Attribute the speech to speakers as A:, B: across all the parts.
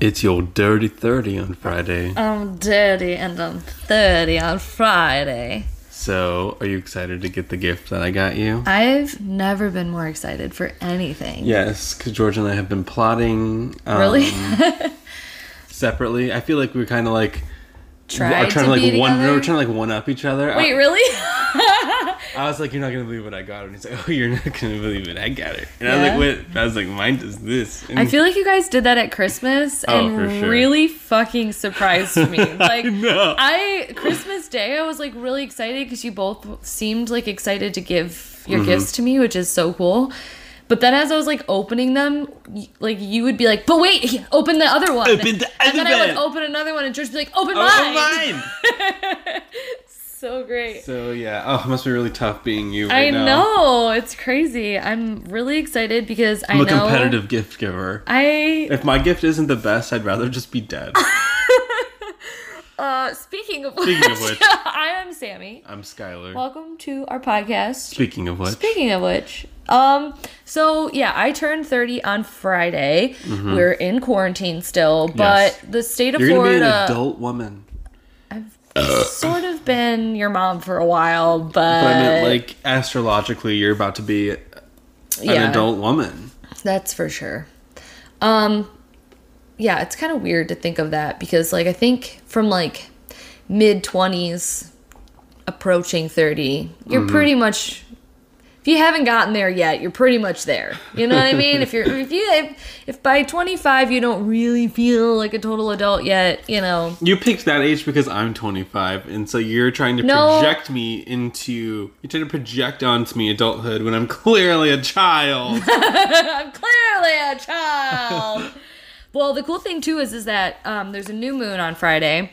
A: It's your dirty 30 on Friday.
B: I'm dirty and I'm 30 on Friday.
A: So, are you excited to get the gift that I got you?
B: I've never been more excited for anything.
A: Yes, because George and I have been plotting. Um,
B: Really?
A: Separately. I feel like we're kind of like.
B: Tried
A: are trying
B: to
A: like
B: be
A: one.
B: together?
A: We're trying to like one up each other. I-
B: Wait, really?
A: I, was like, "You're not gonna believe what I got," and he's like, "Oh, you're not gonna believe it. I got it." And I
B: Yeah.
A: was like, "What?" I was like, "Mine does this." And
B: I feel like you guys did that at Christmas
A: Oh,
B: and
A: for sure.
B: really fucking surprised me. Like
A: know.
B: I Christmas Day, I was like really excited because you both seemed like excited to give
A: Mm-hmm.
B: your gifts to me, which is so cool. But then as I was like opening them, y- like you would be like, "But wait, he- open the other one."
A: Open the
B: and then
A: other
B: I would
A: one.
B: open another one, and George would be like, "Open
A: Oh,
B: mine."
A: oh, mine.
B: So great.
A: so yeah. Oh, it must be really tough being you. Right
B: I
A: now.
B: know it's crazy. I'm really excited because i
A: I'm a
B: know
A: competitive gift giver.
B: I
A: If my gift isn't the best, I'd rather just be dead.
B: Uh, speaking of
A: Speaking of
B: which,
A: which.
B: I am Sammy.
A: I'm Skylar.
B: Welcome to our podcast.
A: Speaking of what,
B: Speaking of which, um, so yeah, I turned 30 on Friday. We're in quarantine still, but
A: Mm-hmm. Yes.
B: the state of
A: you're gonna be an
B: Florida,
A: adult woman.
B: I've sort of been your mom for a while, but,
A: But I
B: uh,
A: meant like astrologically, you're about to be an
B: yeah,
A: adult woman.
B: that's for sure. Um, yeah, it's kind of weird to think of that because, like, I think from like mid 20s approaching 30, you're pretty much if you haven't gotten there yet, you're pretty much there. You know what I mean? if you're if you if, if by 25 you don't really feel like a total adult yet, you know.
A: You picked that age because I'm 25, and so you're trying to
B: No.
A: project me into. You're trying to project onto me adulthood when I'm clearly a child.
B: I'm clearly a child. well, the cool thing too is is that um, there's a new moon on Friday,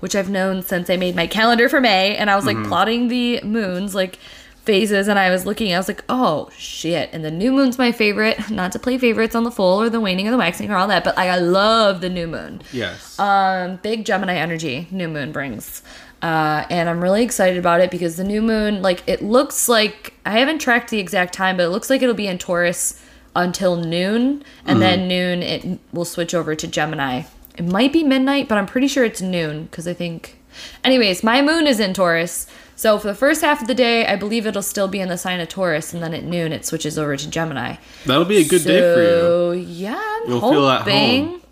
B: which I've known since I made my calendar for May, and I was like plotting the moons like phases, and I was looking, I was like, oh shit, and the new moon's my favorite. Not to play favorites on the full or the waning or the waxing or all that, but like I love the new moon.
A: yes.
B: Um, big Gemini energy new moon brings. Uh, and I'm really excited about it because the new moon, like, it looks like I haven't tracked the exact time, but it looks like it'll be in Taurus until noon, and then noon it will switch over to Gemini. It might be midnight, but I'm pretty sure it's noon because I think. Anyways, my moon is in Taurus, so for the first half of the day, I believe it'll still be in the sign of Taurus, and then at noon it switches over to Gemini.
A: That'll be a good day for you.
B: So yeah, I'm
A: You'll
B: hoping.
A: feel at home.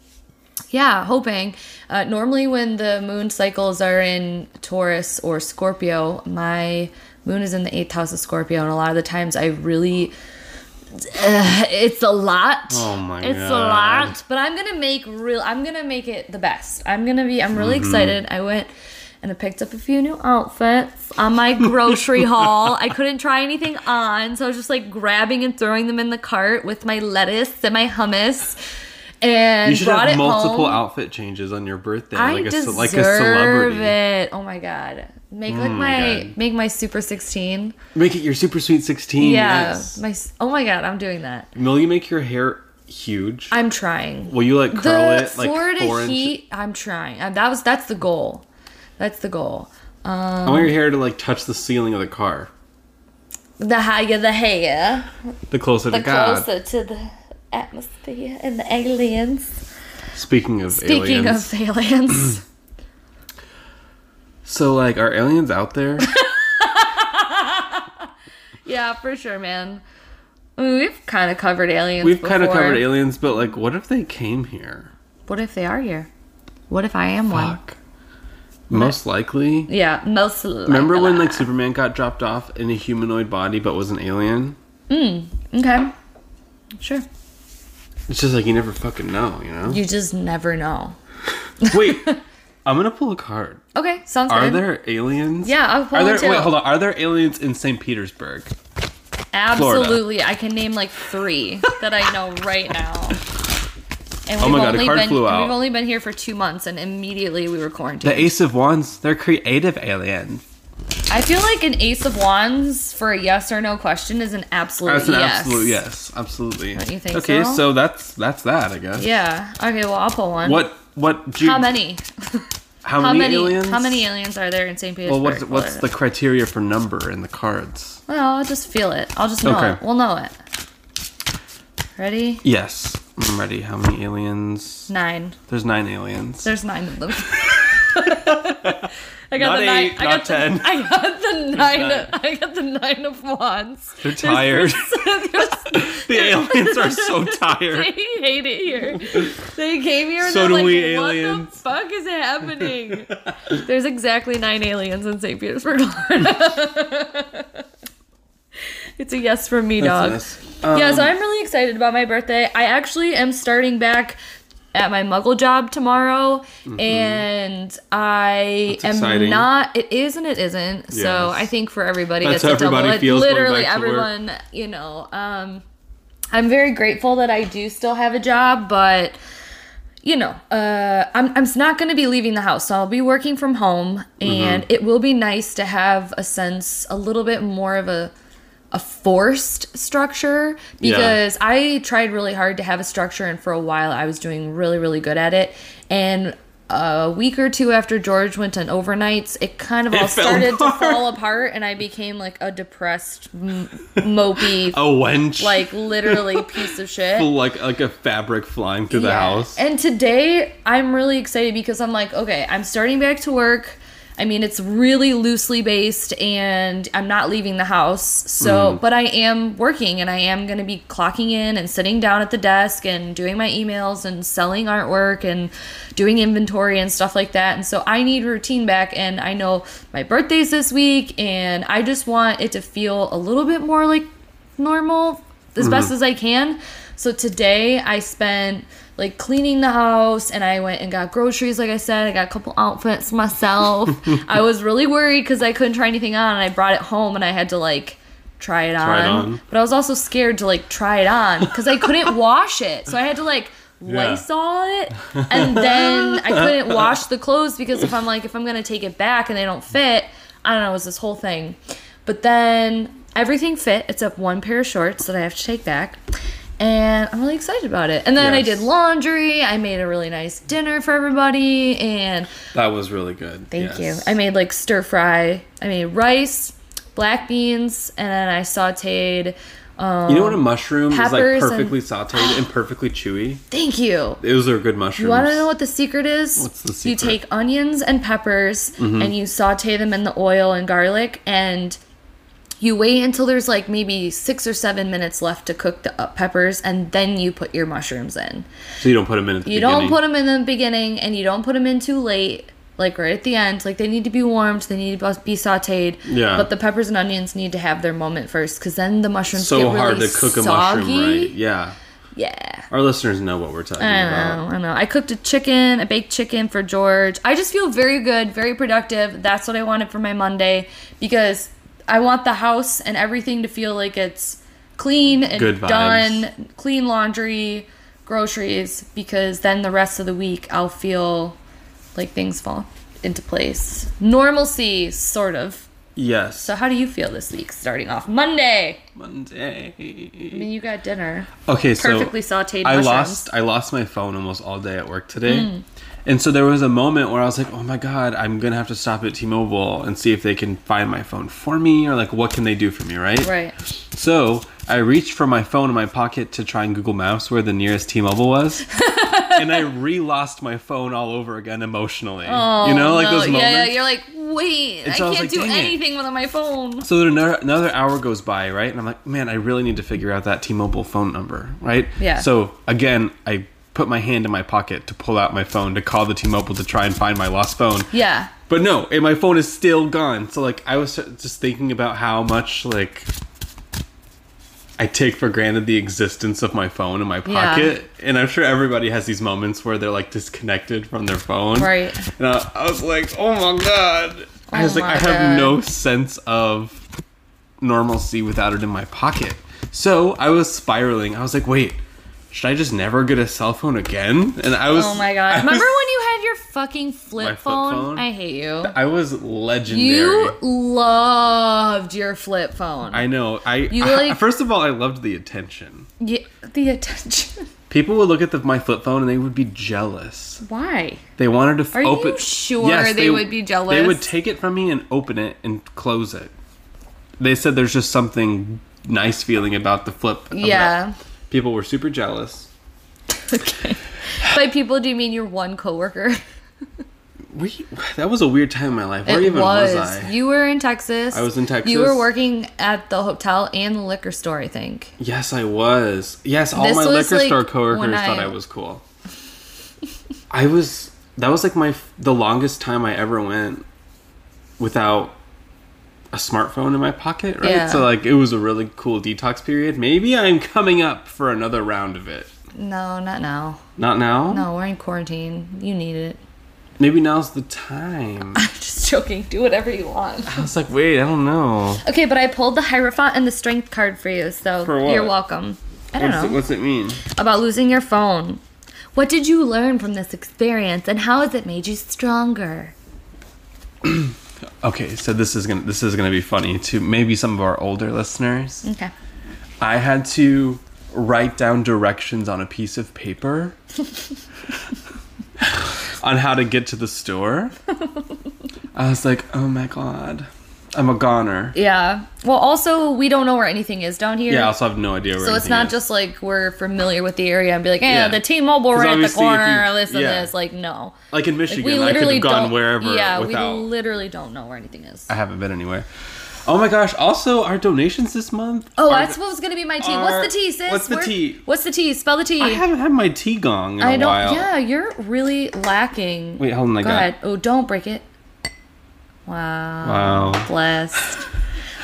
B: Yeah, hoping. Uh, normally, when the moon cycles are in Taurus or Scorpio, my moon is in the eighth house of Scorpio, and a lot of the times I really. Uh, it's a lot.
A: Oh my
B: It's a
A: God.
B: lot, but I'm gonna make real. I'm gonna make it the best. I'm gonna be. I'm
A: Mm-hmm.
B: really excited. I went and I picked up a few new outfits on my grocery haul. I couldn't try anything on, so I was just like grabbing and throwing them in the cart with my lettuce and my hummus, and
A: You should
B: brought
A: have
B: it
A: multiple
B: home.
A: outfit changes on your birthday,
B: I
A: like a ce-
B: deserve
A: like a celebrity. Mm,
B: it. Oh my god, make like
A: my
B: my
A: God.
B: make my super sixteen.
A: Make it your super sweet 16.
B: Yeah,
A: Yes.
B: my s- oh my god, I'm doing that.
A: Will you make your hair huge?
B: I'm trying.
A: Will you like curl
B: the
A: it like
B: Florida
A: four inches?
B: heat. I'm trying. Uh, That was that's the goal. That's the goal. Um,
A: I
B: Uh-huh.
A: want your hair to like touch the ceiling of the car.
B: The higher the hair,
A: The closer
B: the
A: to God.
B: closer to the atmosphere and the aliens.
A: Speaking of
B: Speaking
A: aliens,
B: of aliens,
A: so like are aliens out there?
B: yeah, for sure, man. I mean, we've kind of covered aliens.
A: We've kind of
B: before.
A: covered aliens, but like, what if they came here?
B: What if they are here? What if I am one?
A: Fuck. Most likely.
B: Yeah, most.
A: Remember when like Superman got dropped off in a humanoid body but was an alien?
B: Okay. Sure.
A: It's just like you never fucking know, you know.
B: You just never know.
A: Wait, I'm gonna pull a card.
B: Okay, sounds
A: Are
B: good.
A: there aliens?
B: Yeah, I'll pull
A: Are
B: one
A: there?
B: too.
A: Wait, hold on. Are there aliens in St. Petersburg? Florida.
B: Absolutely. I can name like three that I know right now. And we've
A: Oh my God, a
B: only
A: card
B: been
A: flew out.
B: we've only been here for two months and immediately we were quarantined.
A: The Ace of Wands. They're creative aliens.
B: I feel like an ace of wands for a yes or no question is an absolute
A: That's an
B: yes.
A: absolute yes. Absolutely.
B: Don't you think
A: okay,
B: so?
A: so that's that's that. I guess.
B: Yeah. Okay, well I'll pull one.
A: What? What? Do you,
B: how many?
A: How,
B: How
A: many,
B: many
A: aliens?
B: how many aliens are there in St. Petersburg?
A: Well, what's what's the
B: Florida?
A: criteria for number in the cards?
B: Well, I'll just feel it. I'll just know
A: Okay.
B: it. We'll know it. Ready?
A: Yes. I'm ready. How many aliens?
B: Nine.
A: There's nine aliens.
B: There's nine of them. I
A: Not
B: got the nine.
A: eight,
B: I
A: not
B: got
A: ten.
B: The, I got the nine.
A: nine.
B: I got the nine of wands.
A: They're tired.
B: There's-
A: the aliens are so tired.
B: they hate it here. They came here and
A: So
B: they're
A: do
B: like,
A: we
B: what
A: aliens."
B: the fuck is happening? There's exactly nine aliens in St. Petersburg, Florida. it's a yes from me, dog.
A: That's- um,
B: yeah, so I'm really excited about my birthday. I actually am starting back at my muggle job tomorrow and I
A: Mm-hmm. That's
B: am
A: exciting.
B: not it is and it isn't. So
A: Yes.
B: I think for everybody
A: That's
B: that's,
A: how
B: a double
A: everybody
B: it-
A: feels going
B: literally
A: back to work.
B: everyone, you know, um I'm very grateful that I do still have a job, but you know, uh, I'm, I'm not going to be leaving the house. So I'll be working from home,
A: Mm-hmm.
B: and it will be nice to have a sense, a little bit more of a a forced structure
A: Yeah.
B: because I tried really hard to have a structure, and for a while I was doing really, really good at it. And a week or two after George went on overnights, it kind of all
A: fell
B: started
A: apart.
B: to fall apart, and I became like a depressed, m- mopey,
A: a wench.
B: Uh, like literally piece of shit.
A: like like a fabric flying through the
B: Yeah.
A: house.
B: And today I'm really excited because I'm like, okay, I'm starting back to work. I mean, it's really loosely based and I'm not leaving the house. So,
A: Mm.
B: but I am working and I am going to be clocking in and sitting down at the desk and doing my emails and selling artwork and doing inventory and stuff like that. And so I need routine back and I know my birthday's this week and I just want it to feel a little bit more like normal as
A: Mm-hmm.
B: best as I can. So today I spent like cleaning the house and I went and got groceries, like I said. I got a couple outfits myself. I was really worried because I couldn't try anything on and I brought it home and I had to like try it on.
A: Try it on.
B: But I was also scared to like try it on because I couldn't wash it. So I had to like Lysol it and then I couldn't wash the clothes because if I'm like, if I'm going to take it back and they don't fit, I don't know, it was this whole thing. But then everything fit except one pair of shorts that I have to take back. And I'm really excited about it. And then I
A: Yes.
B: did laundry. I made a really nice dinner for everybody. And
A: that was really good.
B: thank you. I made like stir fry. I made rice, black beans, and then I sauteed. Um,
A: you know what a mushroom is like
B: peppers and-
A: perfectly sauteed and perfectly chewy.
B: thank you.
A: Those are good mushrooms.
B: You want to know what the secret is?
A: What's the
B: You
A: secret? Mm-hmm.
B: take onions and peppers and you saute them in the oil and garlic and you wait until there's like maybe six or seven minutes left to cook the uh, peppers and then you put your mushrooms in.
A: so you don't put them in at the
B: You
A: beginning.
B: don't put them in the beginning and you don't put them in too late, like right at the end. Like they need to be warmed, they need to be sauteed.
A: Yeah.
B: But the peppers and onions need to have their moment first because then the mushrooms
A: so
B: get really
A: hard to cook a mushroom,
B: soggy.
A: right? Yeah.
B: Yeah.
A: Our listeners know what we're talking
B: I
A: about.
B: know, I know. I cooked a chicken, a baked chicken for George. I just feel very good, very productive. That's what I wanted for my Monday because I want the house and everything to feel like it's clean and
A: Good vibes.
B: done, clean laundry, groceries, because then the rest of the week I'll feel like things fall into place. Normalcy, sort of.
A: Yes.
B: So, how do you feel this week starting off Monday? I
A: Monday.
B: mean, you got dinner.
A: Okay, so
B: Perfectly sauteed
A: I
B: mushrooms. Hmm.
A: lost I lost my phone almost all day at work today. And so there was a moment where I was like, "Oh my god, I'm going to have to stop at T-Mobile and see if they can find my phone for me or like what can they do for me, right?"
B: Right.
A: So, I reached for my phone in my pocket to try and Google Maps where the nearest T-Mobile was. and I re-lost my phone all over again emotionally. you know, like
B: Oh, no.
A: those moments.
B: Yeah, yeah, you're like, wait,
A: so
B: I
A: I
B: can't
A: was like,
B: do
A: dang it.
B: anything without my phone.
A: So then another, another hour goes by, right? And I'm like, man, I really need to figure out that T-Mobile phone number, right?
B: Yeah.
A: So again, I put my hand in my pocket to pull out my phone to call the T-Mobile to try and find my lost phone.
B: Yeah.
A: But no, and my phone is still gone. So like, I was just thinking about how much like I take for granted the existence of my phone in my
B: Yeah.
A: pocket, and I'm sure everybody has these moments where they're like disconnected from their phone.
B: Right.
A: And I, I was like, oh my god. I was
B: Oh
A: like, I
B: my
A: have
B: God.
A: no sense of normalcy without it in my pocket. So I was spiraling. I was like, wait, should I just never get a cell phone again? And I was.
B: Oh my god.
A: I
B: Remember
A: was-
B: when you had your fucking flip,
A: My flip
B: phone?
A: phone?
B: I hate you.
A: I was legendary.
B: You loved your flip phone.
A: I know. I,
B: You,
A: I-
B: like-
A: first of all, I loved the attention.
B: Yeah, the attention.
A: People would look at the, my flip phone and they would be jealous.
B: Why?
A: They wanted to f-
B: Are you
A: open.
B: sure they would be jealous?
A: They would take it from me and open it and close it. They said there's just something nice feeling about the flip. of
B: Yeah.
A: that. People were super jealous.
B: okay. By people, do you mean your one coworker?
A: We that was a weird time in my life. Where even was, I?
B: You were in Texas.
A: I was in
B: You were
A: Texas.
B: working at the hotel and the liquor store, I think.
A: Yes, I was. Yes, all
B: This
A: my
B: was,
A: liquor
B: like,
A: store
B: when
A: coworkers
B: I-
A: thought I was cool. I was. That was like my f- the longest time I ever went without a smartphone in my pocket, right?
B: Yeah.
A: So like it was a really cool detox period. Maybe I'm coming up for another round of it.
B: No, not now.
A: Not now.
B: No, we're in quarantine. You need it.
A: Maybe now's the time.
B: I'm just joking. Do whatever you want.
A: I was like, wait, I don't know.
B: Okay, but I pulled the Hierophant and the Strength card for you, so
A: For what?
B: you're welcome. I don't
A: What's it,
B: know.
A: what's it mean?
B: About losing your phone. What did you learn from this experience and how has it made you stronger?
A: Okay, so this is gonna this is gonna be funny to maybe some of our older listeners.
B: Okay.
A: I had to write down directions on a piece of paper on how to get to the store. I was like, oh my god, I'm a goner.
B: Yeah. Well, also, we don't know where anything is down here.
A: Yeah, I also have no idea where.
B: so it's
A: anything
B: not
A: is.
B: just like we're familiar with the area and be like, eh,
A: Yeah.
B: the T-Mobile
A: 'Cause
B: right at the
A: obviously if
B: corner
A: you-
B: or this
A: yeah.
B: and this. Like, no.
A: like in
B: Like,
A: Michigan. I could have gone wherever
B: Yeah,
A: without.
B: we literally don't know where anything is.
A: I haven't been anywhere. Oh my gosh! Also, our donations this month.
B: Oh,
A: are-
B: that's what was gonna be my tea.
A: are-
B: what's the tea, sis?
A: what's the
B: Where-
A: tea?
B: What's the tea? Spell the tea.
A: I haven't had my tea gong in a
B: I don't.
A: while.
B: Yeah, you're really lacking.
A: Wait, hold on, I
B: Go
A: got-
B: ahead. Oh, don't break it. Wow.
A: Wow.
B: Blessed.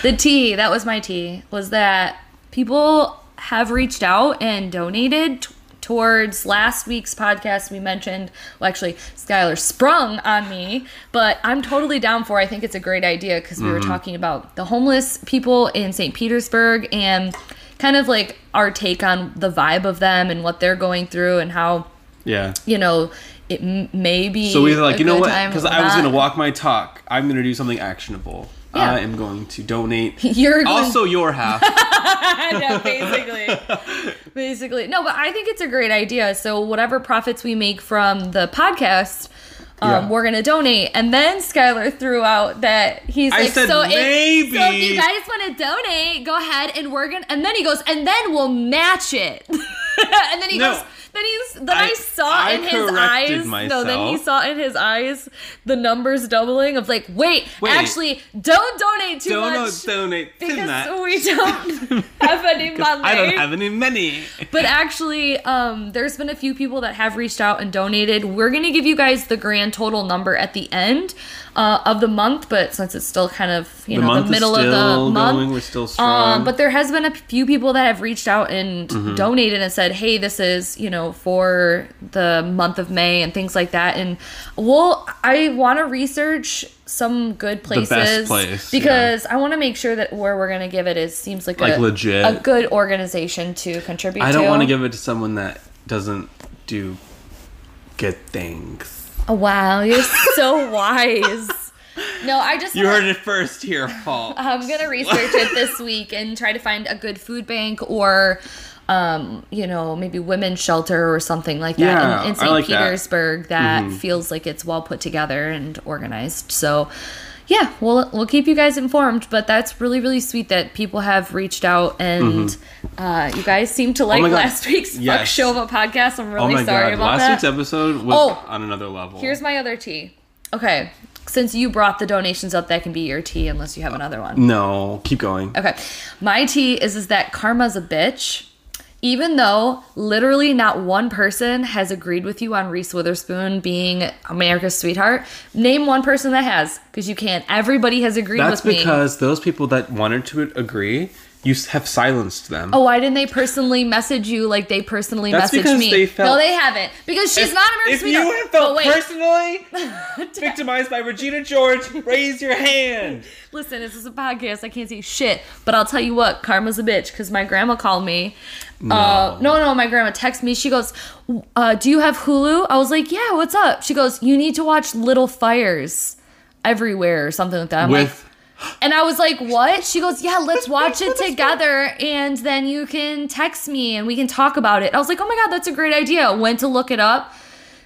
B: the tea. That was my tea. Was that people have reached out and donated t- towards last week's podcast we mentioned well actually skylar sprung on me but i'm totally down for it. i think it's a great idea because we were
A: Mm-hmm.
B: talking about the homeless people in st petersburg and kind of like our take on the vibe of them and what they're going through and how
A: Yeah.
B: you know, it m- may be.
A: So we were
B: a
A: like, you know
B: good
A: what?
B: time
A: Because
B: or
A: I was
B: not.
A: going to walk my talk. I'm going to do something actionable.
B: Yeah.
A: I am going to donate.
B: You're going-
A: also your half.
B: yeah, basically. basically. No, but I think it's a great idea. So whatever profits we make from the podcast. Um,
A: Yeah.
B: We're gonna donate, and then Skylar threw out that he's
A: I
B: like,
A: said,
B: so, if,
A: "Maybe."
B: so if you guys want to donate, go ahead, and we're gonna. And then he goes, and then we'll match it. and then he
A: No.
B: goes, then he's then I,
A: I-
B: saw
A: I
B: in his
A: corrected
B: eyes. No, then he
A: myself.
B: saw in his eyes the numbers doubling of like, wait,
A: Wait.
B: actually, don't donate too
A: Don't
B: much
A: donate to
B: because
A: that.
B: we don't have any money.
A: I don't have any money.
B: but actually, um, there's been a few people that have reached out and donated. We're gonna give you guys the grand total number at the end uh, of the month, but since it's still kind of you
A: The
B: know
A: month
B: the
A: is
B: middle of
A: still
B: the month,
A: going. We're still strong.
B: Um, but there has been a few people that have reached out and
A: Mm-hmm.
B: donated and said, "Hey, this is you know for the month of May and things like that." And well, I want to research some good places
A: best place, yeah.
B: because I want to make sure that where we're gonna give it is seems like
A: Like
B: a,
A: legit.
B: a good organization to contribute.
A: I don't
B: to.
A: want to give it to someone that doesn't do good things.
B: Oh, wow, you're so wise. No, I just
A: You
B: wanna-
A: heard it first here, Paul.
B: I'm gonna research it this week and try to find a good food bank or, um, you know, maybe women's shelter or something like that
A: Yeah,
B: in,
A: I
B: in St.
A: like that. Mm-hmm.
B: Petersburg that feels like it's well put together and organized. So, yeah, we'll we'll keep you guys informed. But that's really really sweet that people have reached out and uh, you guys seem to like
A: Mm-hmm. Oh my God.
B: last week's Fuck
A: Yes.
B: Show of a podcast. I'm
A: oh
B: really
A: my
B: sorry
A: god!
B: about
A: Last
B: that.
A: week's episode was
B: Oh.
A: on another level.
B: Here's my other tea. Okay, since you brought the donations up, that can be your tea unless you have another one.
A: no, keep going.
B: Okay. My tea is is that karma's a bitch. Even though literally not one person has agreed with you on Reese Witherspoon being America's sweetheart, name one person that has, because you can't. Everybody has agreed
A: That's
B: with me.
A: because those people that wanted to agree, you s- have silenced them.
B: Oh, why didn't they personally message you like they personally
A: That's
B: messaged
A: because
B: me?
A: they felt-
B: no, they haven't. Because she's
A: If-
B: not America's
A: If
B: sweetheart.
A: you have felt
B: But wait,
A: personally victimized by Regina George, raise your hand.
B: Listen, this is a podcast. I can't see shit. But I'll tell you what, karma's a bitch because my grandma called me. No. Uh, no, no, my grandma texted me. She goes, uh, Do you have Hulu? I was like, Yeah, what's up? She goes, You need to watch Little Fires everywhere or something like that. I'm like,
A: With
B: and I was like, What? She goes, Yeah, let's watch it together and then you can text me and we can talk about it. I was like, Oh my God, that's a great idea. Went to look it up.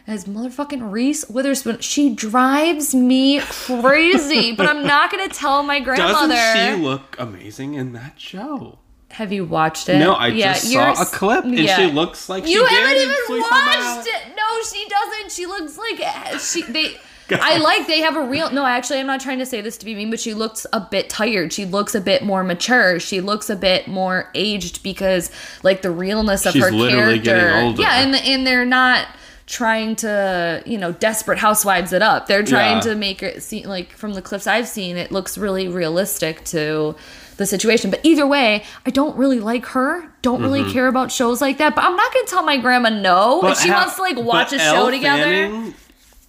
B: As motherfucking Reese Witherspoon, she drives me crazy, but I'm not gonna tell my grandmother.
A: doesn't she look amazing in that show?
B: Have you watched it?
A: No, I just saw
B: yours-
A: a clip and
B: yeah.
A: she looks like
B: You
A: she did
B: haven't
A: in
B: even
A: Sweet Home Alabama.
B: watched it. No, she doesn't. She looks like eh, she they. I like they have a real. No, actually, I'm not trying to say this to be mean, but she looks a bit tired. She looks a bit more mature. She looks a bit more aged because, like, the realness of
A: She's
B: her
A: literally
B: character.
A: getting older.
B: Yeah, and and they're not trying to you know desperate housewives it up. They're trying
A: Yeah.
B: to make it seem like from the clips I've seen, it looks really realistic to the situation. But either way, I don't really like her. Don't really care about shows like that. But I'm not gonna tell my grandma no
A: Mm-hmm. But
B: if she
A: ha-
B: wants to like watch
A: but
B: a
A: Elle
B: show together.
A: Fanning-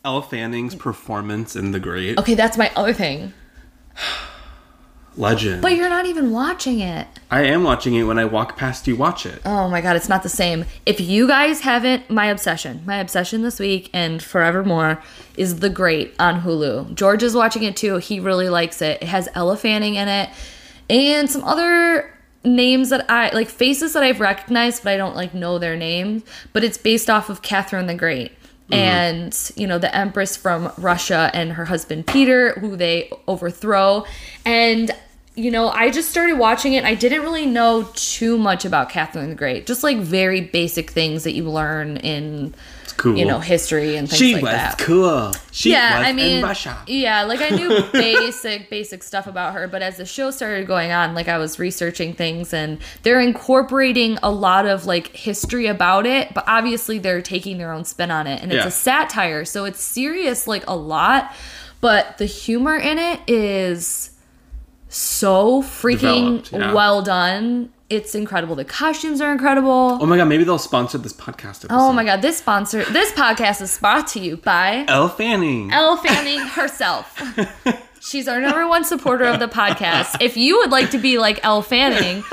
A: Elle Fanning's performance in The Great
B: Okay, that's my other thing.
A: Legend.
B: But you're not even watching it.
A: I am watching it when I walk past you. Watch it.
B: Oh my god, it's not the same. If you guys haven't, my obsession, my obsession this week and forevermore is The Great on Hulu. George is watching it too. He really likes it. It has Ella Fanning in it and some other names that I like faces that I've recognized, but I don't like know their names. But it's based off of Catherine the Great.
A: Mm-hmm.
B: And you know the Empress from Russia and her husband Peter, who they overthrow, and you know, I just started watching it. I didn't really know too much about Catherine the Great, just like very basic things that you learn in,
A: It's cool.
B: you know, history and things
A: she
B: like
A: was
B: that.
A: cool. She
B: Yeah,
A: was
B: I mean,
A: in Russia.
B: yeah, like I knew basic, basic stuff about her, but as the show started going on, like I was researching things and they're incorporating a lot of like history about it, but obviously they're taking their own spin on it. And it's
A: Yeah.
B: a satire, so it's serious like a lot, but the humor in it is so freaking
A: Developed, yeah.
B: well done. It's incredible. The costumes are incredible.
A: Oh my god, maybe they'll sponsor this podcast episode.
B: Oh my god, this sponsor this podcast is brought to you by
A: Elle Fanning.
B: Elle Fanning herself. She's our number one supporter of the podcast. If you would like to be like Elle Fanning,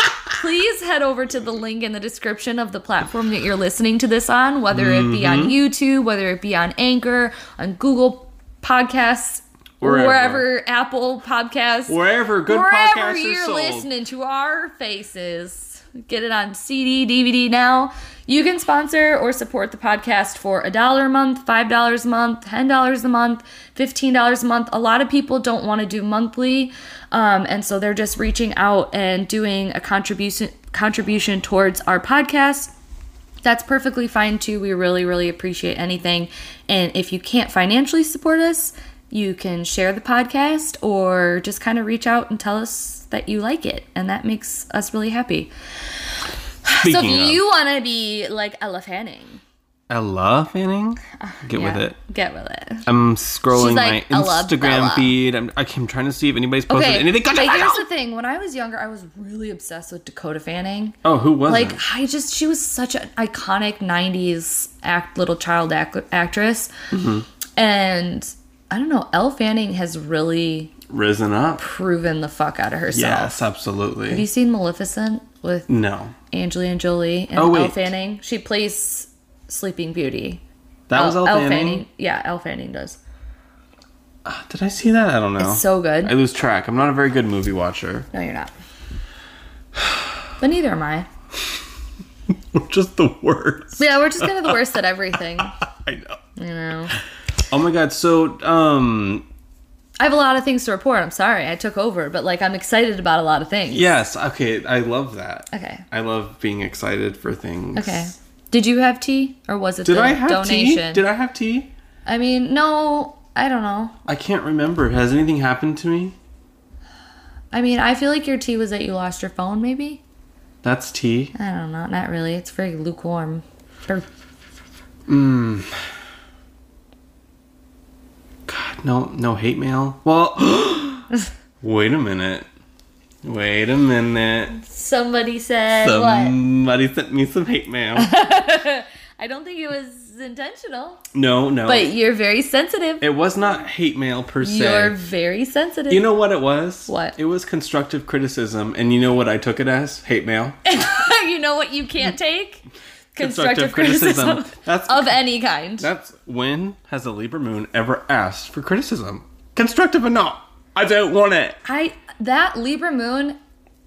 B: please head over to the link in the description of the platform that you're listening to this on, whether it be on YouTube, whether it be on Anchor, on Google Podcasts,
A: Wherever.
B: wherever, Apple Podcasts,
A: Wherever good
B: wherever
A: podcasts
B: you're
A: are sold.
B: listening to our faces get it on cd dvd now you can sponsor or support the podcast for a dollar a month five dollars a month ten dollars a month fifteen dollars a month a lot of people don't want to do monthly um, and so they're just reaching out and doing a contribution contribution towards our podcast that's perfectly fine too. We really, really appreciate anything. And if you can't financially support us, you can share the podcast or just kind of reach out and tell us that you like it. And that makes us really happy.
A: Speaking
B: so if
A: of
B: you want to be like Ella Fanning,
A: Ella Fanning, get with
B: Uh, yeah,
A: it.
B: Get with it.
A: I'm scrolling
B: like,
A: my
B: "Ella,
A: Instagram
B: Bella."
A: feed. I'm, I keep- I'm trying to see if anybody's posted
B: Okay,
A: anything.
B: but here's
A: Gotcha.
B: the thing. When I was younger, I was really obsessed with Dakota Fanning.
A: Oh, who was
B: like
A: it?
B: I just she was such an iconic '90s act little child act, actress,
A: Mm-hmm.
B: and I don't know. Elle Fanning has really
A: Risen up.
B: proven the fuck out of herself.
A: Yes,
B: Have you
A: absolutely.
B: seen Maleficent with
A: No,
B: Angelina Jolie and
A: Oh,
B: Elle
A: wait.
B: Fanning? She plays Sleeping Beauty.
A: that was Elle Fanning.
B: Yeah, Elle Oh, Fanning does.
A: Did I see that? I don't know.
B: So good.
A: Oh. I lose track. I'm not a very good movie watcher.
B: no, you're not. But neither am I.
A: We're just the worst.
B: Yeah, we're just kind of the worst at everything.
A: I know.
B: You know.
A: Oh my god. So, um,
B: I have a lot of things to report. I'm sorry I took over, but like I'm excited about a lot of things.
A: yes. Okay. I love that.
B: Okay.
A: I love being excited for things.
B: Okay. Did you have tea or was it
A: Did
B: the
A: I have
B: donation?
A: tea? Did I have tea?
B: I mean, no, I don't know.
A: I can't remember. Has anything happened to me?
B: I mean, I feel like your tea was that you lost your phone, maybe?
A: That's tea.
B: I don't know. Not really. It's very lukewarm. Or-
A: God, no, no hate mail. Well, wait a minute. Wait a minute.
B: Somebody said what?
A: Somebody sent me some hate mail.
B: I don't think it was intentional.
A: no, no.
B: But you're very sensitive.
A: it was not hate mail per se.
B: You're very sensitive.
A: You know what it was?
B: What?
A: It was constructive criticism, and you know what I took it as? Hate mail.
B: you know what you can't take? Constructive, criticism,
A: That's
B: of any kind.
A: that's when has a Libra Moon ever asked for criticism? Constructive or not? I don't want it.
B: I that Libra moon.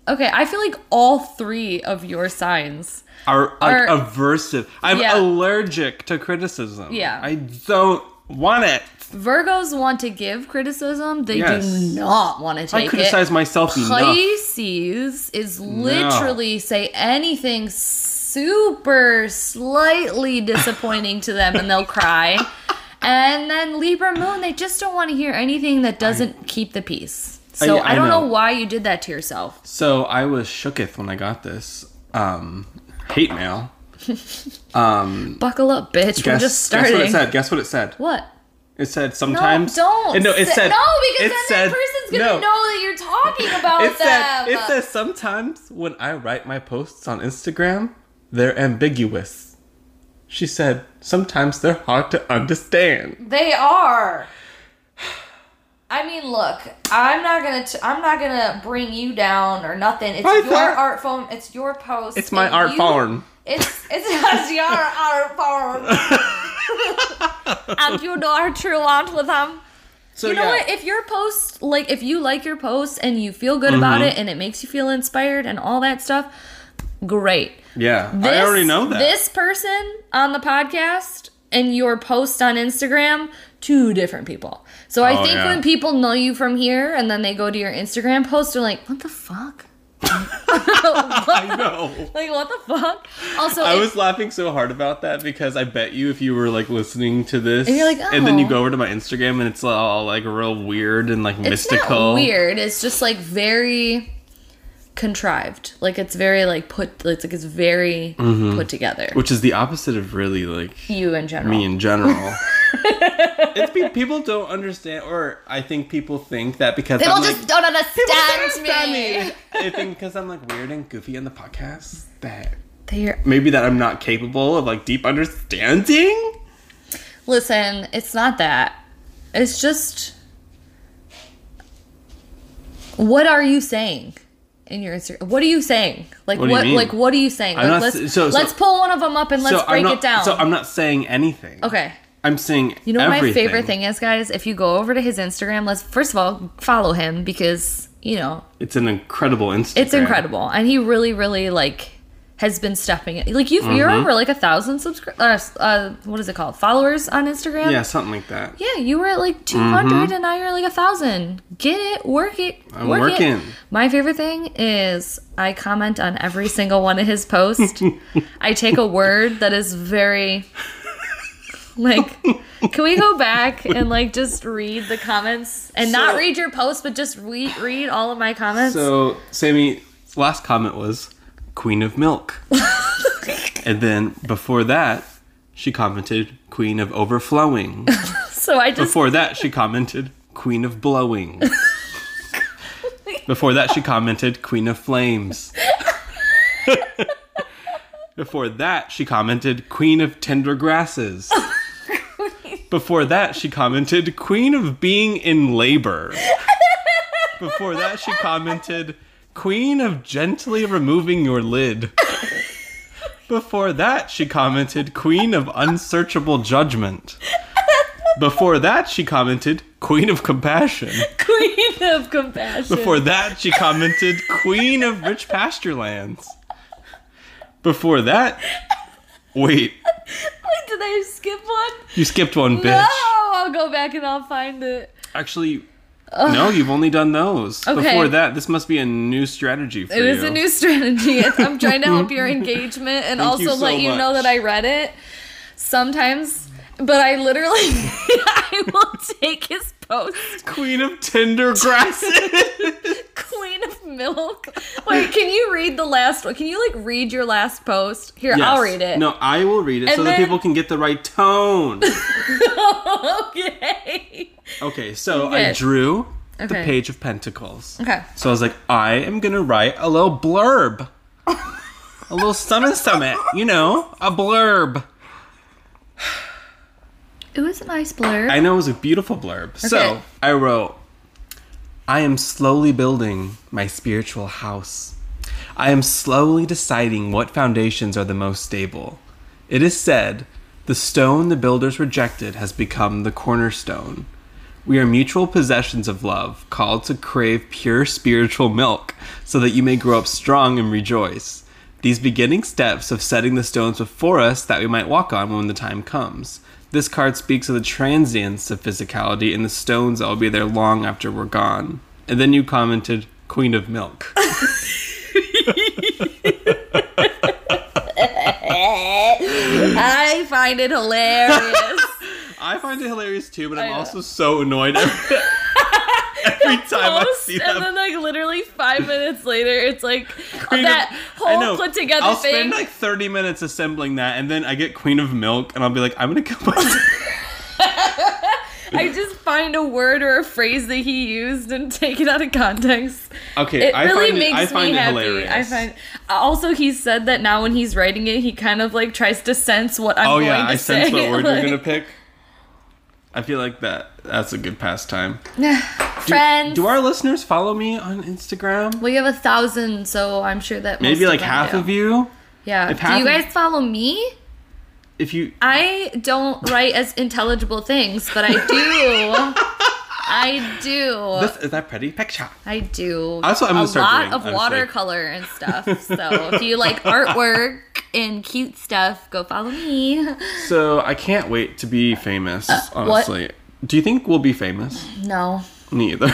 B: Okay, I feel like all three of your signs.
A: Are like
B: Are-
A: aversive. I'm
B: Yeah.
A: allergic to criticism.
B: Yeah.
A: I don't want it.
B: Virgos want to give criticism. They
A: Yes.
B: do not want to
A: I
B: take
A: criticize
B: it.
A: myself enough.
B: Pisces is literally say anything super slightly disappointing to them and they'll cry. And then Libra Moon, they just don't want to hear anything that doesn't keep the peace. So
A: I-
B: I,
A: I
B: don't know.
A: know.
B: why you did that to yourself.
A: So I was shooketh when I got this um, hate mail. Um,
B: Buckle up, bitch. We're
A: guess,
B: just
A: guess
B: starting.
A: what it said. Guess what it said.
B: What?
A: It said sometimes.
B: No, don't.
A: And no, it
B: Say-
A: said
B: no because
A: it
B: then
A: said-
B: that person's gonna know that you're talking about
A: It said.
B: them.
A: It says sometimes when I write my posts on Instagram, they're ambiguous. She said sometimes they're hard to understand.
B: They are. I mean, look, I'm not gonna, t- I'm not gonna bring you down or nothing. It's
A: I
B: your
A: thought-
B: art form. It's your post.
A: It's my
B: and
A: art
B: you-
A: form.
B: It's it's, it's your art form, and you know how to want with them.
A: So
B: you know
A: yeah.
B: what? If your post, like, if you like your post and you feel good about
A: Mm-hmm.
B: it, and it makes you feel inspired and all that stuff, great.
A: Yeah, I already know that.
B: This person on the podcast and your post on Instagram, two different people. So I
A: Oh,
B: think
A: yeah.
B: when people know you from here and then they go to your Instagram post, they're like, what the fuck?
A: I know.
B: Like, what the fuck? Also,
A: I
B: if-
A: was laughing so hard about that because I bet you if you were like listening to this,
B: And you're like,
A: and then you
B: "Oh."
A: go over to my Instagram and it's all like real weird and like
B: it's
A: mystical.
B: not weird. It's just like very contrived. Like, it's very, like, put, it's like, it's very put together.
A: Mm-hmm. which is the opposite of really like
B: you in general.
A: me in general. it's pe- people don't understand, or I think people think that because
B: People
A: I'm
B: just
A: like,
B: don't
A: "People don't
B: understand
A: understand
B: me.
A: me." I think because I'm like weird and goofy in the podcast that
B: They're
A: maybe that I'm not capable of like deep understanding.
B: Listen, it's not that. It's just what are you saying in your Instagram? What are you saying? Like
A: What
B: what?
A: do you mean?
B: like what are you saying?
A: I'm
B: Like,
A: not
B: let's
A: s- so- so-
B: let's pull one of them up and let's
A: so
B: break
A: I'm not,
B: it down.
A: So I'm not saying anything.
B: okay.
A: I'm saying
B: You know what my
A: everything.
B: favorite thing is, guys? If you go over to his Instagram, let's first of all follow him because you know
A: It's an incredible Instagram.
B: it's incredible, and he really, really like has been stepping it. Like you, have you're
A: Mm-hmm.
B: over like a thousand subscribers. Uh, uh, what is it called? Followers on Instagram.
A: Yeah, something like that.
B: Yeah, you were at like 200 and now you're like a thousand. Get it, work it.
A: Mm-hmm. I'm
B: work it.
A: working.
B: My favorite thing is I comment on every single one of his posts. I take a word that is very like can we go back and like just read the comments and not
A: So-
B: read your post but just re- read all of my comments?
A: So Sammy, last comment was Queen of Milk, and then before that, she commented Queen of Overflowing.
B: so I just
A: Before that, she commented Queen of Blowing. Before that, she commented Queen of Flames. Before that, she commented Queen of Tender Grasses. Before that, she commented Queen of Being in Labor. Before that, she commented Queen of Gently Removing Your Lid. Before that, she commented Queen of Unsearchable Judgment. Before that, she commented Queen of Compassion.
B: queen of compassion.
A: Before that, she commented Queen of Rich Pasture Lands. Before that, wait,
B: Wait, did I skip one?
A: you skipped one, bitch.
B: No, I'll go back and I'll find it.
A: Actually, no, you've only done those.
B: Okay.
A: Before that, this must be a new strategy for
B: It
A: you.
B: is a new strategy. It's- I'm trying to help your engagement and
A: Thank
B: also
A: you so
B: let you know
A: much.
B: that I read it sometimes. But I literally, I will take his post,
A: Queen of Tender Grasses.
B: Queen of Milk. Wait, can you read the last one? Can you like read your last post? Here, I'll
A: Yes.
B: read it.
A: No, I will read it so
B: And
A: that
B: then-
A: people can get the right tone.
B: okay.
A: Okay, so I
B: Okay.
A: drew the
B: Okay.
A: page of pentacles.
B: Okay.
A: So I was like, I am gonna write a little blurb. a little summit summit, you know, a blurb.
B: It was a nice blur.
A: I know it was a beautiful blurb. So
B: Okay.
A: I wrote, I am slowly building my spiritual house. I am slowly deciding what foundations are the most stable. It is said, the stone the builders rejected has become the cornerstone. We are mutual possessions of love, called to crave pure spiritual milk, so that you may grow up strong and rejoice. These beginning steps of setting the stones before us that we might walk on when the time comes. This card speaks of the transience of physicality and the stones that will be there long after we're gone. And then you commented, Queen of Milk.
B: I find it hilarious.
A: I find it hilarious too, but I'm
B: know.
A: also so annoyed every, every time I
B: Post,
A: see
B: and
A: them.
B: then like literally five minutes later, it's like
A: Queen of-
B: that
A: I
B: whole
A: know.
B: put together
A: I'll
B: thing.
A: spend like 30 minutes assembling that, and then I get Queen of Milk, and I'll be like, I'm gonna kill myself.
B: I just find a word or a phrase that he used and take it out of context.
A: Okay,
B: It
A: I
B: really
A: find it,
B: makes
A: I find
B: me
A: it
B: happy.
A: hilarious.
B: I find also he said that now when he's writing it, he kind of like tries to sense what I'm
A: oh
B: going
A: yeah,
B: to
A: I
B: say.
A: sense what word
B: like,
A: you're gonna pick. I feel like that that's a good pastime. Do-
B: Friends,
A: Do, our listeners follow me on Instagram?
B: we have a thousand, so I'm sure that
A: Maybe
B: most
A: like
B: them
A: half
B: do.
A: of you.
B: Yeah.
A: if
B: Do
A: half
B: you
A: of-
B: guys follow me?
A: If you
B: I don't write as intelligible things, but I do. I do.
A: this is that pretty picture.
B: I do.
A: That's what I'm
B: a
A: gonna start
B: lot
A: doing,
B: of
A: honestly.
B: watercolor and stuff. So if you like artwork and cute stuff, go follow me.
A: So I can't wait to be famous.
B: Uh,
A: honestly, do you think we'll be famous?
B: No,
A: Neither.